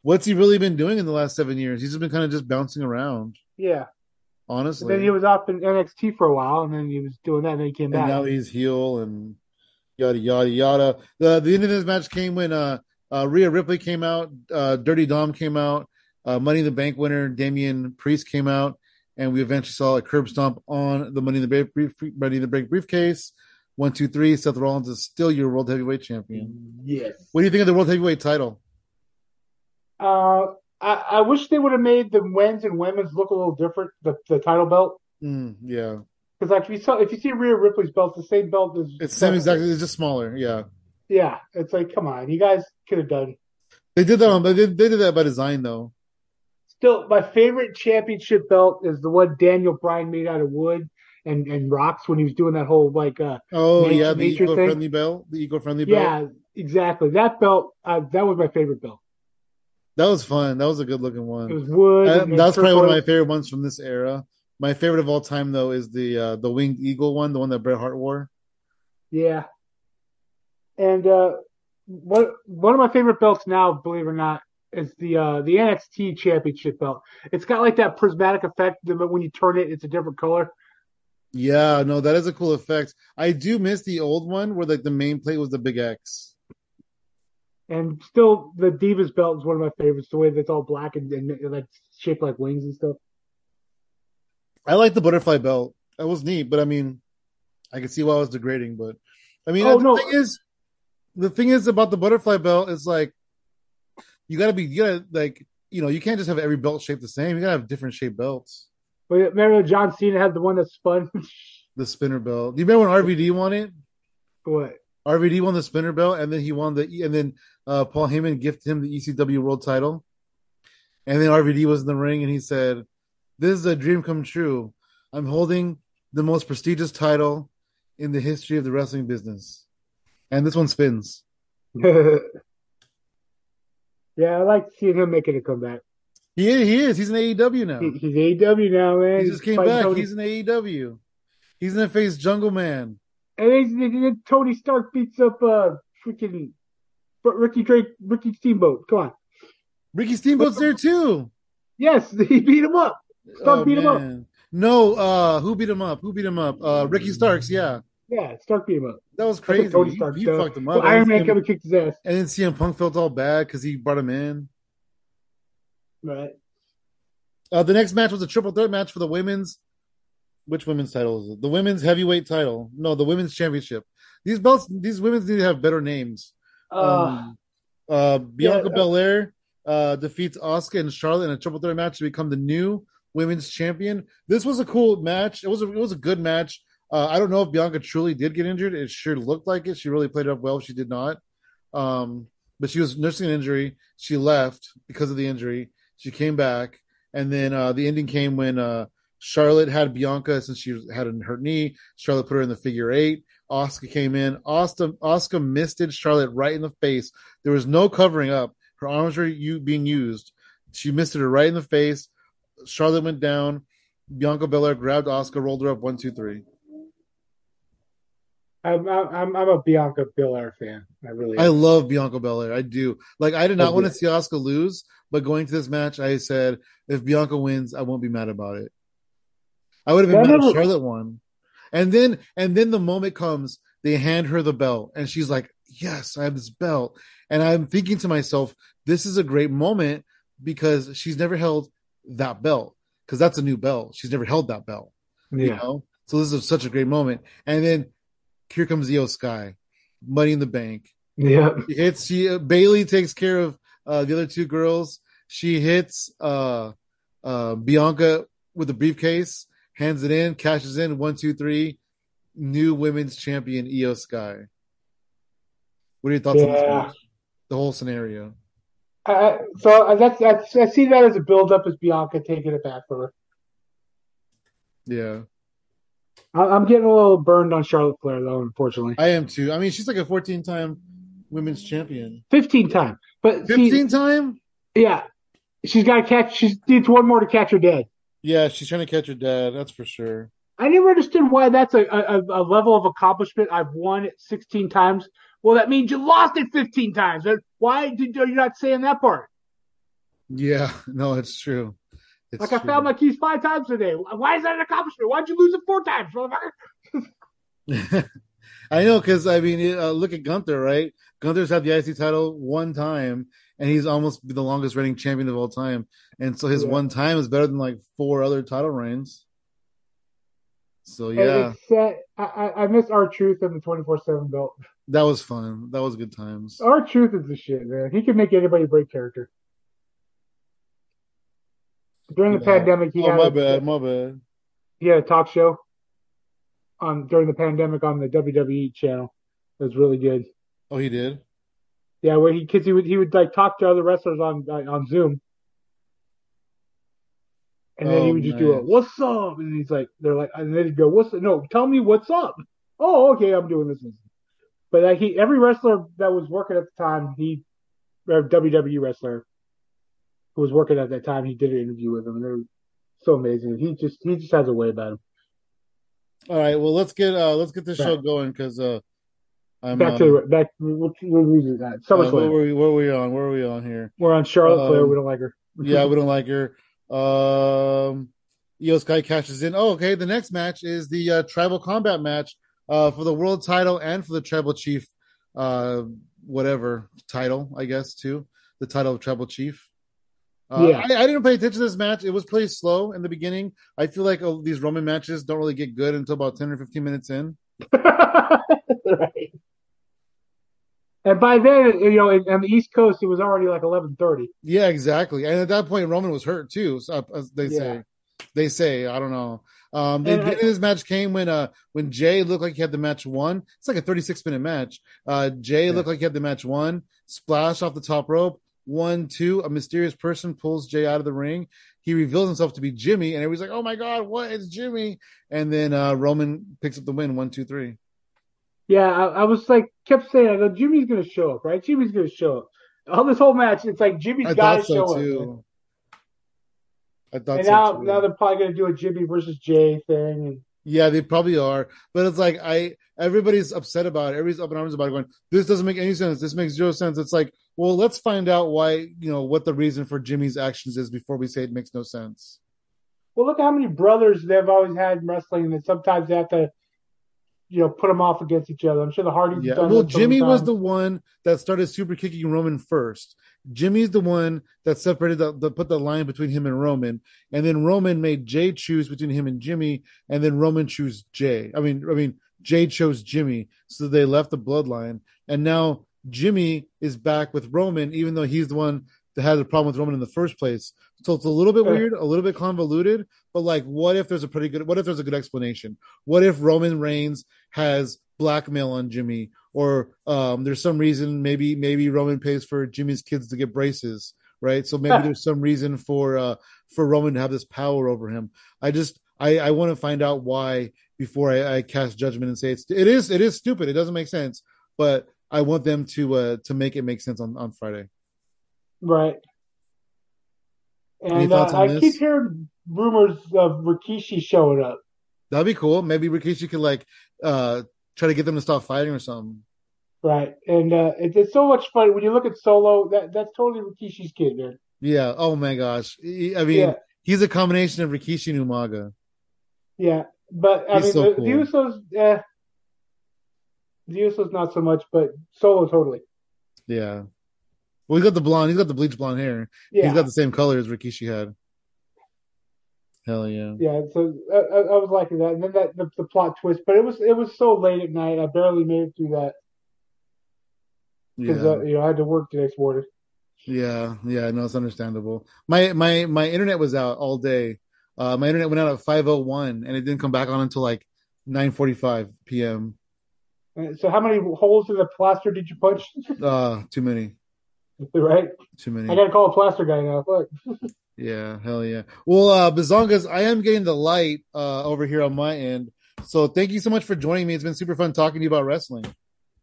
[SPEAKER 2] What's he really been doing in the last seven years? He's just been kind of just bouncing around,
[SPEAKER 1] Yeah. But
[SPEAKER 2] honestly.
[SPEAKER 1] then he was off in NXT for a while, and then he was doing that, and then he came
[SPEAKER 2] and
[SPEAKER 1] back.
[SPEAKER 2] now he's heel and yada yada yada. The the end of this match came when uh, uh Rhea Ripley came out, uh Dirty Dom came out, uh Money in the Bank winner Damian Priest came out, and we eventually saw a curb stomp on the Money in the Bank brief, Money in the Bank briefcase. One, two, three. Seth Rollins is still your world heavyweight champion.
[SPEAKER 1] yes.
[SPEAKER 2] What do you think of the world heavyweight title?
[SPEAKER 1] Uh, I, I wish they would have made the men's and women's look a little different. The the title belt,
[SPEAKER 2] Mm, yeah,
[SPEAKER 1] because like if you saw, if you see Rhea Ripley's belt, it's the same belt as
[SPEAKER 2] it's same exact. It's just smaller. Yeah,
[SPEAKER 1] Yeah, it's like come on, you guys could have done.
[SPEAKER 2] they did that. On, they did, they did that by design though.
[SPEAKER 1] Still, my favorite championship belt is the one Daniel Bryan made out of wood and and rocks when he was doing that whole like uh
[SPEAKER 2] Oh
[SPEAKER 1] Nature-
[SPEAKER 2] yeah, the
[SPEAKER 1] nature thing?
[SPEAKER 2] eco-friendly belt. The eco-friendly belt.
[SPEAKER 1] yeah exactly that belt uh, that was my favorite belt.
[SPEAKER 2] That was fun. That was a good looking
[SPEAKER 1] It
[SPEAKER 2] one.
[SPEAKER 1] was wood.
[SPEAKER 2] Uh,
[SPEAKER 1] and
[SPEAKER 2] that's probably one of my
[SPEAKER 1] turquoise.
[SPEAKER 2] favorite ones from this era. My favorite of all time though is the uh, the winged eagle one, the one that Bret Hart wore.
[SPEAKER 1] yeah. And uh, one one of my favorite belts now, believe it or not, is the uh the NXT championship belt. It's got like that prismatic effect that when you turn it, it's a different color.
[SPEAKER 2] Yeah, no, that is a cool effect. I do miss the old one where like the main plate was the big X.
[SPEAKER 1] And still, the Divas belt is one of my favorites. The way that's all black and, and, and like shaped like wings and stuff.
[SPEAKER 2] I like the butterfly belt. That was neat, but I mean, I could see why I was degrading. But I mean,
[SPEAKER 1] Oh,
[SPEAKER 2] the
[SPEAKER 1] no.
[SPEAKER 2] thing is, the thing is about the butterfly belt is like you got to be, you got to like, you know, you can't just have every belt shaped the same. You got to have different shaped belts.
[SPEAKER 1] But remember, when John Cena had the one that spun. *laughs*
[SPEAKER 2] The spinner belt. Do you remember when RVD won it?
[SPEAKER 1] what?
[SPEAKER 2] RVD won the spinner belt, and then he won the, and then uh, Paul Heyman gifted him the ECW World Title, and then RVD was in the ring, and he said, "This is a dream come true. I'm holding the most prestigious title in the history of the wrestling business, and this one spins."
[SPEAKER 1] *laughs* yeah, I like seeing him making a comeback.
[SPEAKER 2] He is, he is. He's in
[SPEAKER 1] *laughs*
[SPEAKER 2] AEW now.
[SPEAKER 1] He, he's AEW now, man.
[SPEAKER 2] He just came
[SPEAKER 1] fighting
[SPEAKER 2] back.
[SPEAKER 1] Tony-
[SPEAKER 2] He's in AEW. He's in the face Jungle Man.
[SPEAKER 1] and he's, and then Tony Stark beats up uh freaking Ricky Drake, Ricky Steamboat. Come on.
[SPEAKER 2] Ricky Steamboat's there too. Oh,
[SPEAKER 1] Yes, *laughs* he beat him up. Stark beat him up.
[SPEAKER 2] man. No, uh, who beat him up? Who beat him up? Uh, Ricky Starks. Yeah.
[SPEAKER 1] Yeah, Stark beat him up.
[SPEAKER 2] That was
[SPEAKER 1] That's what
[SPEAKER 2] crazy.
[SPEAKER 1] Tony
[SPEAKER 2] He-
[SPEAKER 1] Stark
[SPEAKER 2] he,
[SPEAKER 1] does.
[SPEAKER 2] fucked him
[SPEAKER 1] Well,
[SPEAKER 2] up.
[SPEAKER 1] Iron Man
[SPEAKER 2] and,
[SPEAKER 1] came
[SPEAKER 2] then CM
[SPEAKER 1] and kicked his ass.
[SPEAKER 2] and then CM Punk felt all bad because he brought him in.
[SPEAKER 1] Right.
[SPEAKER 2] Uh, the next match was a triple threat match for the women's. Which women's title is it? The women's heavyweight title. No, the women's championship. These belts, these women's need to have better names.
[SPEAKER 1] Uh,
[SPEAKER 2] Um, uh, Bianca
[SPEAKER 1] yeah, uh,
[SPEAKER 2] Belair uh, defeats Oscar and Charlotte in a triple threat match to become the new women's champion. This was a cool match. It was a, it was a good match. Uh, I don't know if Bianca truly did get injured. It sure looked like it. She really played it up well. She did not. Um, but she was nursing an injury. She left because of the injury. She came back, and then uh, the ending came when uh, Charlotte had Bianca since she was, had her knee. Charlotte put her in the figure eight. Oscar came in. Oscar Oscar misted Charlotte right in the face. There was no covering up. Her arms were you being used. She misted her right in the face. Charlotte went down. Bianca Belair grabbed Oscar, rolled her up one, two, three.
[SPEAKER 1] I'm I'm I'm a Bianca Belair fan. I really
[SPEAKER 2] I
[SPEAKER 1] am.
[SPEAKER 2] love Bianca Belair. I do. Like I did not
[SPEAKER 1] Oh,
[SPEAKER 2] want to
[SPEAKER 1] yeah.
[SPEAKER 2] see Oscar lose, but going to this match, I said if Bianca wins, I won't be mad about it. I would have been
[SPEAKER 1] That
[SPEAKER 2] mad if
[SPEAKER 1] never-
[SPEAKER 2] Charlotte won. And then and then the moment comes, they hand her the belt, and she's like, Yes, I have this belt. And I'm thinking to myself, this is a great moment because she's never held that belt. Because that's a new belt. She's never held that belt you
[SPEAKER 1] yeah.
[SPEAKER 2] know so this is such a great moment and then here comes Io Sky money in the bank
[SPEAKER 1] Yeah.
[SPEAKER 2] She hits she uh, Bailey takes care of uh, the other two girls she hits uh, uh, Bianca with the briefcase hands it in cashes in one two three new women's champion Io Sky what are your thoughts on this
[SPEAKER 1] Yeah.
[SPEAKER 2] match? the whole scenario
[SPEAKER 1] I, I- so I- that's, that's I see that as a build up as Bianca taking it back from her.
[SPEAKER 2] yeah
[SPEAKER 1] I, I'm getting a little burned on Charlotte Flair though, unfortunately.
[SPEAKER 2] I am too I mean she's like a 14 time women's champion
[SPEAKER 1] Fifteen times, but see,
[SPEAKER 2] 15 time
[SPEAKER 1] yeah, she's got to catch. She needs one more to catch her dad.
[SPEAKER 2] yeah she's trying to catch her dad that's for sure
[SPEAKER 1] I never understood why that's a, a, a level of accomplishment. I've won it 16 times. Well, that means you lost it 15 times. Then Why did, are you not saying that part?
[SPEAKER 2] Yeah, *laughs* no, it's true. It's
[SPEAKER 1] like, I
[SPEAKER 2] true.
[SPEAKER 1] found my keys five times today. Why is that an accomplishment? Why'd you lose it four times, motherfucker?
[SPEAKER 2] *laughs* I know because I mean, it- uh, look at Gunther, right? Gunther's had the IC title one time, and he's almost the longest reigning champion of all time. And so his
[SPEAKER 1] Yeah.
[SPEAKER 2] one time is better than like four other title reigns. So
[SPEAKER 1] And
[SPEAKER 2] yeah,
[SPEAKER 1] it's sad. I, I, I miss our Truth and the 24 7 belt.
[SPEAKER 2] that was fun. That was good times.
[SPEAKER 1] Our Truth is the shit, man. He can make anybody break character. During the
[SPEAKER 2] Yeah.
[SPEAKER 1] pandemic, he
[SPEAKER 2] Oh,
[SPEAKER 1] had
[SPEAKER 2] my
[SPEAKER 1] a-
[SPEAKER 2] bad, my bad.
[SPEAKER 1] he had a talk show on during the pandemic on the WWE channel. It was really good.
[SPEAKER 2] Oh, he did.
[SPEAKER 1] Yeah, where he because he would he would like talk to other wrestlers on uh, on Zoom, and then
[SPEAKER 2] Oh,
[SPEAKER 1] he would just do a
[SPEAKER 2] nice.
[SPEAKER 1] "What's up?" and he's like, "They're like," and then he'd go, "What's no? Tell me what's up." Oh, okay, I'm doing this. But like he, every wrestler that was working at the time, he or WWE wrestler who was working at that time, he did an interview with him, and they're so amazing. He just he just has a way about him.
[SPEAKER 2] All right, well, let's get uh let's get this
[SPEAKER 1] Back.
[SPEAKER 2] show going because uh I'm
[SPEAKER 1] Back
[SPEAKER 2] uh,
[SPEAKER 1] to the back. We'll, we'll lose that. So
[SPEAKER 2] uh,
[SPEAKER 1] much
[SPEAKER 2] where
[SPEAKER 1] we're,
[SPEAKER 2] were we, where were we on? Where were we on here?
[SPEAKER 1] we're on Charlotte Flair.
[SPEAKER 2] um,
[SPEAKER 1] We don't like her.
[SPEAKER 2] yeah,
[SPEAKER 1] *laughs*
[SPEAKER 2] we don't like her. Um, Io Sky cashes in. Oh, okay. The next match is the uh, tribal combat match uh, for the world title and for the tribal chief, uh, whatever title, I guess, too. The title of tribal chief. Uh,
[SPEAKER 1] Yeah.
[SPEAKER 2] I, I didn't pay attention to this match. It was pretty slow in the beginning. I feel like oh, these Roman matches don't really get good until about 10 or 15 minutes in.
[SPEAKER 1] right. And by then, you know, in- on the East Coast, it was already like eleven thirty.
[SPEAKER 2] Yeah, exactly. And at that point, Roman was hurt too. So, uh, as they say, they say, I don't know. Um, the
[SPEAKER 1] And I-
[SPEAKER 2] beginning of this match came when uh when Jay looked like he had the match won. It's like a 36 minute match. Uh, Jay
[SPEAKER 1] Yeah.
[SPEAKER 2] looked like he had the match won. Splash off the top rope. One, two. A mysterious person pulls Jay out of the ring. He reveals himself to be Jimmy, and everybody's like, "Oh my God, what? It's Jimmy!" And then uh, Roman picks up the win. One, two, three.
[SPEAKER 1] Yeah, I, I was like, kept saying, I go, Jimmy's gonna show up, right? Jimmy's gonna show up. All this whole match, it's like Jimmy's
[SPEAKER 2] I
[SPEAKER 1] got to
[SPEAKER 2] thought
[SPEAKER 1] show
[SPEAKER 2] so
[SPEAKER 1] up. man.
[SPEAKER 2] too. I thought
[SPEAKER 1] And
[SPEAKER 2] so
[SPEAKER 1] now,
[SPEAKER 2] too.
[SPEAKER 1] now they're probably gonna do a Jimmy versus Jay thing. And
[SPEAKER 2] Yeah, they probably are. But it's like I everybody's upset about it. Everybody's up in arms about it going, this doesn't make any sense. This makes zero sense. It's like, well, let's find out why, you know, what the reason for Jimmy's actions is before we say it makes no sense.
[SPEAKER 1] well, look how many brothers they've always had in wrestling, and sometimes they have to, you know, put them off against each other. I'm sure the Hardys.
[SPEAKER 2] Yeah.
[SPEAKER 1] done
[SPEAKER 2] Well,
[SPEAKER 1] this
[SPEAKER 2] Jimmy was
[SPEAKER 1] sometimes.
[SPEAKER 2] the one that started super kicking Roman first. Jimmy's the one that separated the, the put the line between him and Roman. And then Roman made Jay choose between him and Jimmy, and then Roman chose Jay. I mean, I mean, Jay chose Jimmy, so they left the bloodline. And now Jimmy is back with Roman, even though he's the one that had the problem with Roman in the first place. So it's a little bit
[SPEAKER 1] Yeah.
[SPEAKER 2] weird, a little bit convoluted, but like what if there's a pretty good what if there's a good explanation? What if Roman Reigns has blackmail on Jimmy or um there's some reason maybe maybe Roman pays for Jimmy's kids to get braces, right? So maybe there's some reason for uh for Roman to have this power over him. I just I, I want to find out why before I, I cast judgment and say it's it is it is stupid. It doesn't make sense, but I want them to uh to make it make sense on on Friday.
[SPEAKER 1] Right.
[SPEAKER 2] Any
[SPEAKER 1] And uh,
[SPEAKER 2] thoughts on
[SPEAKER 1] I
[SPEAKER 2] this?
[SPEAKER 1] keep hearing rumors of Rikishi showing up.
[SPEAKER 2] That'd be cool. Maybe Rikishi could like uh try to get them to stop fighting or something.
[SPEAKER 1] Right. And uh, it, it's so much fun when you look at Solo. That that's totally Rikishi's kid, man.
[SPEAKER 2] Yeah. Oh my gosh. E, I I mean,
[SPEAKER 1] yeah,
[SPEAKER 2] he's a combination of Rikishi and Umaga.
[SPEAKER 1] yeah. But I
[SPEAKER 2] he's
[SPEAKER 1] mean,
[SPEAKER 2] so
[SPEAKER 1] the,
[SPEAKER 2] cool.
[SPEAKER 1] the Usos, eh, the Usos not so much, but Solo totally.
[SPEAKER 2] Yeah. Well, he's got the blonde. He's got the bleach blonde hair.
[SPEAKER 1] Yeah,
[SPEAKER 2] He's got the same color as Rikishi had. Hell yeah.
[SPEAKER 1] yeah. So I, I, I was liking that, and then that the, the plot twist. But it was it was so late at night. I barely made it through that
[SPEAKER 2] Yeah.
[SPEAKER 1] because uh, you know I had to work the next morning.
[SPEAKER 2] Yeah, yeah, no, it's understandable. My my my internet was out all day. Uh, my internet went out at five oh one, and it didn't come back on until like nine forty five p.m.
[SPEAKER 1] And Uh, So how many holes in the plaster did you punch? *laughs*
[SPEAKER 2] Uh, too many,
[SPEAKER 1] right.
[SPEAKER 2] too
[SPEAKER 1] I
[SPEAKER 2] many.
[SPEAKER 1] gotta call a plaster guy now. Look.
[SPEAKER 2] Yeah, hell yeah. Well, uh, Bazongas, I am getting the light uh over here on my end. So thank you so much for joining me. It's been super fun talking to you about wrestling.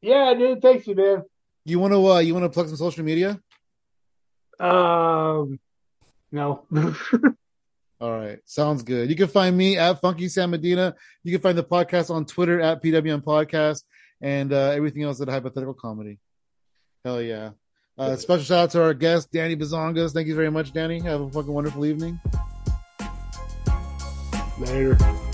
[SPEAKER 1] Yeah, dude. Thanks you, man.
[SPEAKER 2] You want to uh, you want to plug some social media?
[SPEAKER 1] Um, no. *laughs*
[SPEAKER 2] All right. Sounds good. You can find me at Funky Sam Medina. You can find the podcast on Twitter at PWM Podcast and uh, everything else at Hypothetical Comedy. Hell yeah. Uh, special shout out to our guest, Danny Bazongas. Thank you very much, Danny. Have a fucking wonderful evening.
[SPEAKER 1] Later.